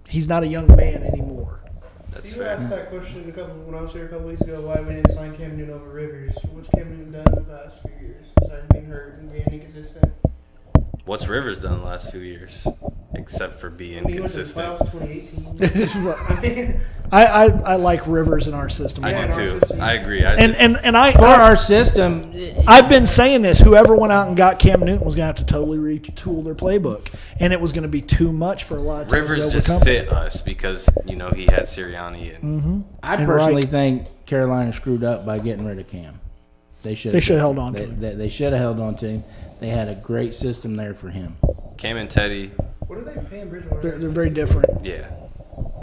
B: he's not a young man anymore.
D: That's
C: You
D: fair.
C: asked that question a couple when I was here a couple weeks ago. Why we didn't sign Cam Newton over Rivers? What's Cam Newton done the past few years besides being hurt and being inconsistent?
D: What's Rivers done the last few years? Except for being
C: I mean, he went to the
D: consistent.
C: playoffs in 2018.
B: I,
C: I mean,
B: I I like Rivers in our system. a
D: I
B: lot.
C: Yeah, and
D: do
C: our
D: too.
C: system.
D: I agree. I
B: And
D: just-
B: and and I
A: For our system, it-
B: I've been saying this. Whoever went out and got Cam Newton was going to have to totally retool their playbook, and it was going to be too much for a lot of teams to
D: Rivers just
B: overcome.
D: fit us because you know he had Sirianni and
B: Mm-hmm.
A: I
B: And
A: personally
B: Reich.
A: think Carolina screwed up by getting rid of Cam. They should.
B: They should've held on to
A: They,
B: him.
A: they, they should have held on to him. They had a great system there for him.
D: Cam and Teddy.
C: what are they paying Bridgewater?
B: They're, they're very different.
D: Yeah.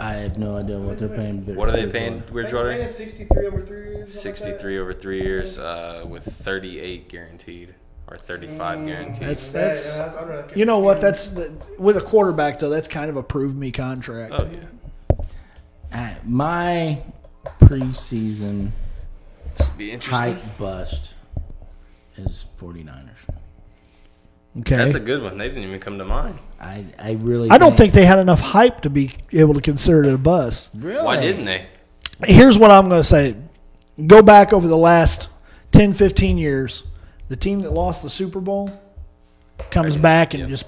A: I have no idea what they're paying.
D: What are they paying Bridgewater?
C: They had 63 over three years. something like that?
D: 63 over three years, uh, with 38 guaranteed or
C: Mm.
D: 35 guaranteed.
B: That's
C: Yeah,
B: that's.
C: yeah, I'd rather-
B: You know what? That's the, with a quarterback though. That's kind of a prove me contract.
D: Oh yeah.
A: I, my preseason
D: This would be interesting.
A: hype bust is 49ers.
B: okay.
D: That's a good one. They didn't even come to mind.
A: I, I really.
B: I don't think they had enough hype to be able to consider it a bust.
A: Really?
D: Why didn't they?
B: Here's what I'm going to say. Go back over the last 10, 15 years. The team that lost the Super Bowl comes
D: Okay,
B: back and
D: yep.
B: just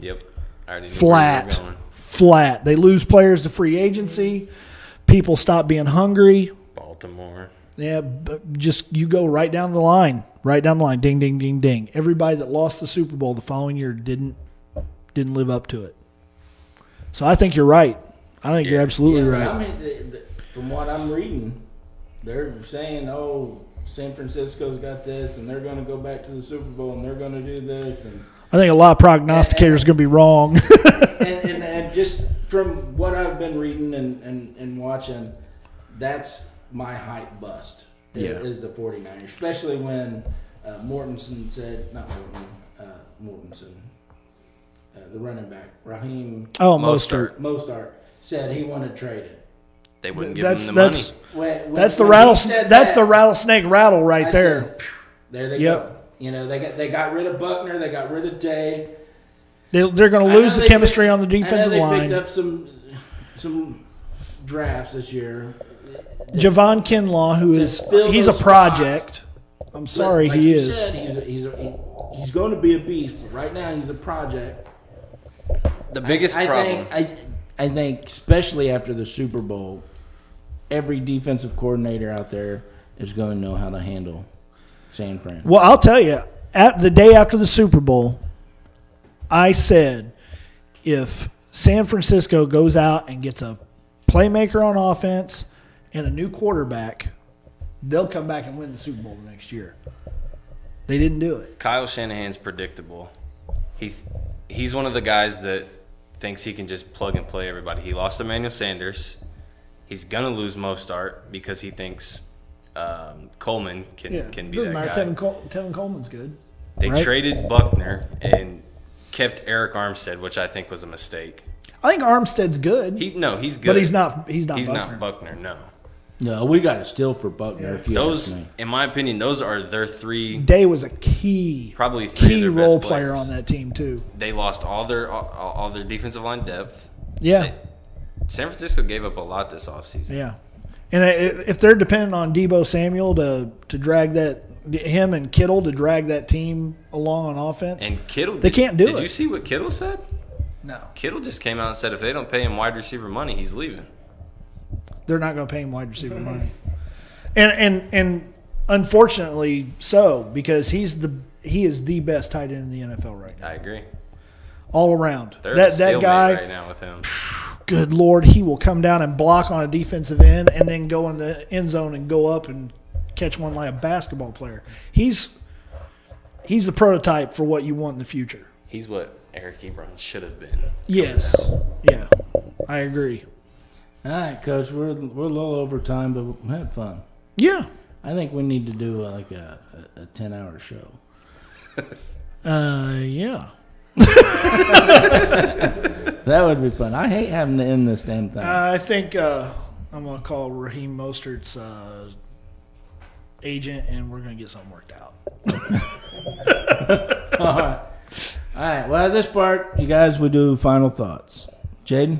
D: Yep. I already knew Where
B: flat,
D: you were going.
B: flat. They lose players to free agency. People stop being hungry.
D: Baltimore.
B: Yeah, but just you go right down the line, right down the line, ding, ding, ding, ding. Everybody that lost the Super Bowl the following year didn't didn't live up to it. So I think you're right. I think you're absolutely
E: Yeah, but
B: right.
E: I mean, the, the, from what I'm reading, they're saying, "Oh, San Francisco's got this, and they're going to go back to the Super Bowl, and they're going to do this." And,
B: I think a lot of prognosticators are going to be wrong.
E: and, and and just from what I've been reading and and, and watching, that's my hype bust. Is,
B: Yeah.
E: is the 49ers, especially when uh, Mortensen said, not Morton, uh, Mortensen, uh, the running back, Raheem
B: oh,
D: Mostert.
B: Mostert.
E: Mostart said he wanted traded.
D: They wouldn't give
B: That's
D: him the
B: that's
D: money.
E: When, when-
B: that's the
E: when he
B: rattlesnake.
E: said
B: That's
E: that,
B: the rattlesnake rattle right
E: I
B: there.
E: said, "Phew, there they
B: Yep.
E: go. You know, they got they got rid of Buckner, they got rid of Day.
B: they, they're going
E: I
B: to lose
E: know
B: the
E: they
B: chemistry
E: picked-
B: on the defensive
E: I know they
B: line.
E: picked up some some drafts this year.
B: Javon Kinlaw, who is
E: fill
B: he's a
E: those
B: project. I'm sorry,
E: Like
B: he
E: you
B: is.
E: said, he's a, he's a, he- he's going to be a beast. but Right now, he's a project.
D: The biggest
E: I
D: problem.
E: think I I think especially after the Super Bowl, every defensive coordinator out there is going to know how to handle San Fran.
B: Well, I'll tell you, at the day after the Super Bowl, I said if San Francisco goes out and gets a playmaker on offense and a new quarterback, they'll come back and win the Super Bowl the next year. They didn't do it.
D: Kyle Shanahan's predictable. He's he's one of the guys that thinks he can just plug and play everybody. He lost Emmanuel Sanders. He's gonna lose Mostart because he thinks um, Coleman can can be that
B: doesn't matter.
D: guy.
B: Tevin, Col- Tevin Coleman's good.
D: they
B: right?
D: traded Buckner and kept Eric Armstead, which I think was a mistake.
B: I think Armstead's good,
D: He no, he's good,
B: but he's not. He's not.
D: He's
B: Buckner.
D: not Buckner. No,
E: No, we got to steal for Buckner. If you
D: those
E: ask me.
D: in my opinion, those are their three
B: Day was a key,
D: probably three
B: key
D: of their best
B: role player
D: players.
B: on that team too.
D: They lost all their all, all their defensive line depth.
B: Yeah.
D: San Francisco gave up a lot this offseason.
B: Yeah, and i- if they're dependent on Debo Samuel to to drag that him and Kittle to drag that team along on offense,
D: And Kittle,
B: They can't do
D: did
B: it.
D: you see what Kittle said?
B: no,
D: Kittle just came out and said if they don't pay him wide receiver money, he's leaving.
B: they're not going to pay him wide receiver money. And and and unfortunately, so because he's the he is the best tight end in the NFL right now,
D: I agree.
B: all around.
D: They're
B: that that
D: stalemate
B: guy,
D: right now with him.
B: good lord, he will come down and block on a defensive end, and then go in the end zone and go up and catch one like a basketball player. He's he's the prototype for what you want in the future.
D: He's what Eric Ebron should have been.
B: Yes. Yeah, I agree.
E: All right, coach, we're we're a little over time, but we had fun.
B: Yeah.
E: I think we need to do uh, like a, a, a ten hour show.
B: Uh, yeah.
E: That would be fun. I hate having to end this damn thing.
B: I think uh, I'm gonna call Raheem Mostert's uh, agent, and we're gonna get something worked out.
E: All right. All right. Well, at this part, you guys, we do final thoughts. Jaden,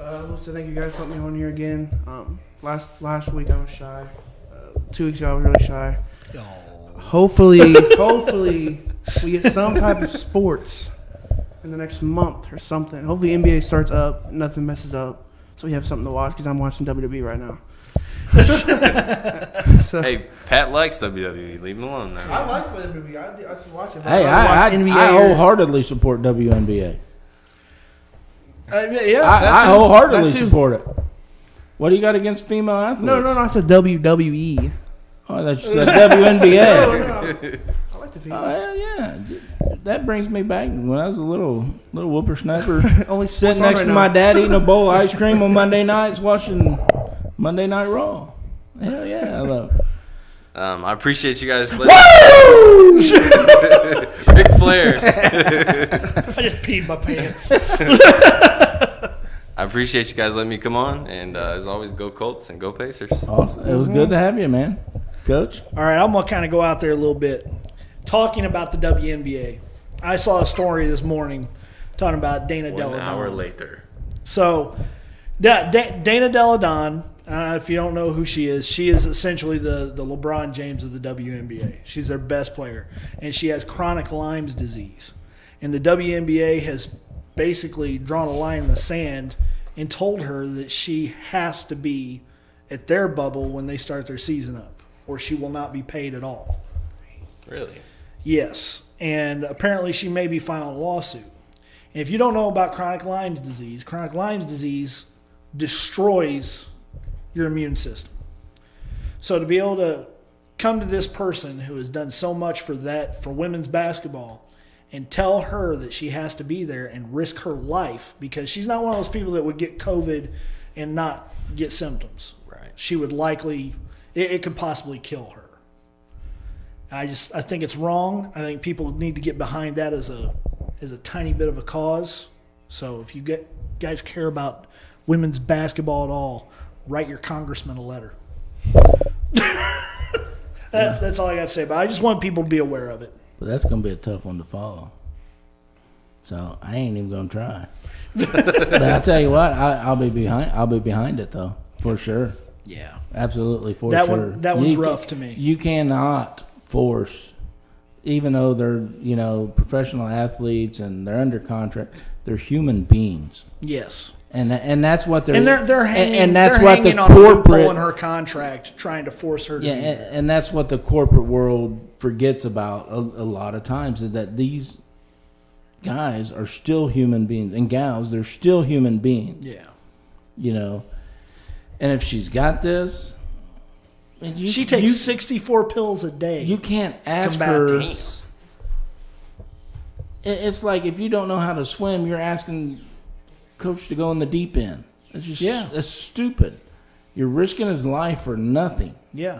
C: Uh, well, so thank you guys for having me on here again. Um, last last week I was shy. Uh, two weeks ago I was really shy. Hopefully, hopefully we get some type of sports in the next month or something. Hopefully NBA starts up, nothing messes up, so we have something to watch because I'm watching WWE right now. so,
D: Hey, Pat likes WWE. Leave him alone now.
C: like WWE. I, do- I used to watch it.
E: hey,
C: I'd
E: I, I,
C: watch NBA
E: I
C: or-
E: wholeheartedly support WNBA. Uh,
B: yeah.
E: I, I
C: who-
E: wholeheartedly
C: that's who-
E: support it. What do you got against female athletes?
C: No, no, no. I said E. WWE.
E: Oh, that's said WNBA.
C: I like the
E: Oh
C: female.
E: hell yeah, that brings me back to when I was a little little whooper snapper,
C: Only sports
E: sitting
C: on
E: next
C: right
E: to
C: now.
E: my dad eating a bowl of ice cream on Monday nights, watching Monday Night Raw. Hell yeah, I love. it.
D: Um, I appreciate you guys. listening. Ric Flair.
B: I just peed my pants.
D: I appreciate you guys letting me come on. And uh, as always, go Colts and go Pacers.
E: Awesome. It was good to have you, man, Coach.
B: All right, I'm gonna kind of go out there a little bit, talking about the WNBA. I saw a story this morning talking about Dana
D: One
B: Deladon.
D: hour later.
B: So, Da- Da- Dana Deladon, uh, if you don't know who she is, she is essentially the, the LeBron James of the WNBA. She's their best player, and she has chronic Lyme's disease. And the WNBA has basically drawn a line in the sand and told her that she has to be at their bubble when they start their season up, or she will not be paid at all.
D: Really?
B: Yes, and apparently she may be filing a lawsuit. And if you don't know about chronic Lyme's disease, chronic Lyme's disease destroys your immune system. So to be able to come to this person who has done so much for that for women's basketball and tell her that she has to be there and risk her life because she's not one of those people that would get COVID and not get symptoms.
D: Right.
B: She would likely it, it could possibly kill her. I just I think it's wrong. I think people need to get behind that as a as a tiny bit of a cause. So if you get guys care about women's basketball at all, write your congressman a letter. That's that's all I got to say. But I just want people to be aware of it.
E: But that's gonna be a tough one to follow. So I ain't even gonna try. but I tell you what, I, I'll be behind. I'll be behind it though, for sure.
B: Yeah.
E: Absolutely, for
B: That
E: sure.
B: one- that one's
E: You ca-
B: rough to me.
E: You cannot force, even though they're you know professional athletes and they're under contract, they're human beings,
B: Yes.
E: and tha- and that's what they're
B: And they're they're
E: and-
B: hanging,
E: and, that's
B: they're
E: what
B: hanging
E: the
B: on a loophole
E: corporate
B: in her contract, trying to force her to.
E: yeah,
B: be
E: and, and that's what the corporate world forgets about a, a lot of times is that these guys are still human beings and gals, they're still human beings,
B: yeah.
E: you know. And if she's got this, and you,
B: she takes
E: you-
B: sixty four pills a day.
E: you can't ask
B: combat
E: her.
D: Damn.
E: It- It's like if you don't know how to swim, you're asking coach to go in the deep end. It's just
B: Yeah.
E: that's stupid. You're risking his life for nothing.
B: yeah.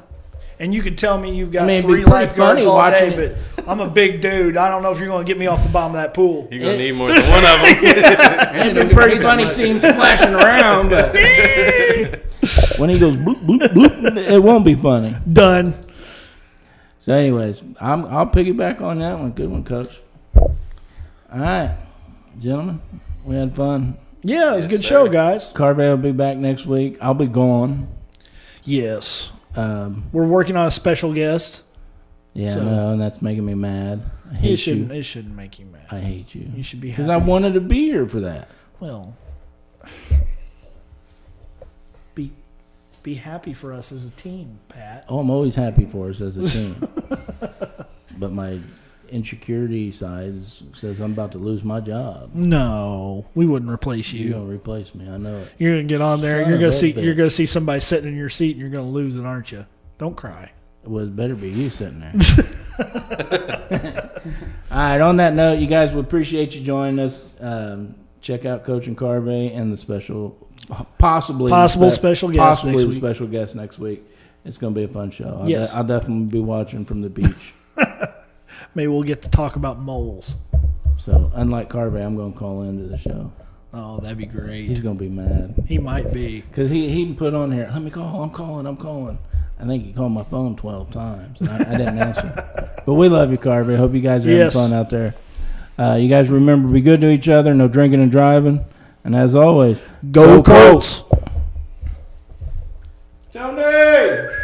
B: And you could tell me you've got
E: I mean, it'd be
B: three
E: pretty
B: lifeguards
E: funny
B: all
E: watching
B: day,
E: it.
B: but I'm a big dude. I don't know if you're going to get me off the bottom of that pool.
D: You're gonna need more than one of them.
E: It'd be pretty funny seeing him splashing around, but when he goes bloop bloop bloop, it won't be funny.
B: Done.
E: So, anyways, I'm I'll piggyback on that one. Good one, coach. All right, gentlemen, we had fun.
B: Yeah, it was a
D: Yes,
B: good
D: sir.
B: show, guys.
E: Carvey will be back next week. I'll be gone.
B: Yes.
E: Um,
B: We're working on a special guest.
E: yeah,
B: So-
E: no, and that's making me mad. I
B: It
E: hate
B: shouldn't
E: you.
B: it shouldn't make you Uh, mad.
E: I hate you
B: You should be
E: because
B: happy.
E: I wanted to be here for that.
B: well be be happy for us as a team, Pat.
E: Oh, I'm always happy for us as a team, but my insecurity side is- says I'm about to lose my job.
B: No, we wouldn't replace
E: You're
B: you.
E: gonna replace me. I know it.
B: You're gonna get on there.
E: Son
B: and You're
E: of
B: gonna
E: a
B: see.
E: bitch.
B: You're gonna see somebody sitting in your seat, and you're gonna lose it, aren't you? Don't cry.
E: It was better be you sitting there. All right. On that note, you guys, we appreciate you joining us. Um, check out Coach and Carvey and the special, possibly
B: Possible special guest
E: possibly
B: next
E: the
B: week.
E: special guest next week. It's gonna be a fun show. I'll,
B: Yes.
E: de- I'll definitely be watching from the beach.
B: Maybe we'll get to talk about moles.
E: so unlike Carvey, I'm gonna call into the show.
B: Oh, that'd be
E: He's
B: great.
E: gonna be mad.
B: He might be.
E: Cause he he put on here. Let me call. I'm calling. I'm calling. I think he called my phone twelve times. And I, I didn't answer. But we love you, Carvey. Hope you guys are
B: Yes.
E: having fun out there. Uh, you guys remember, be good to each other. No drinking and driving. And as always,
B: Go Colts.
F: Tony!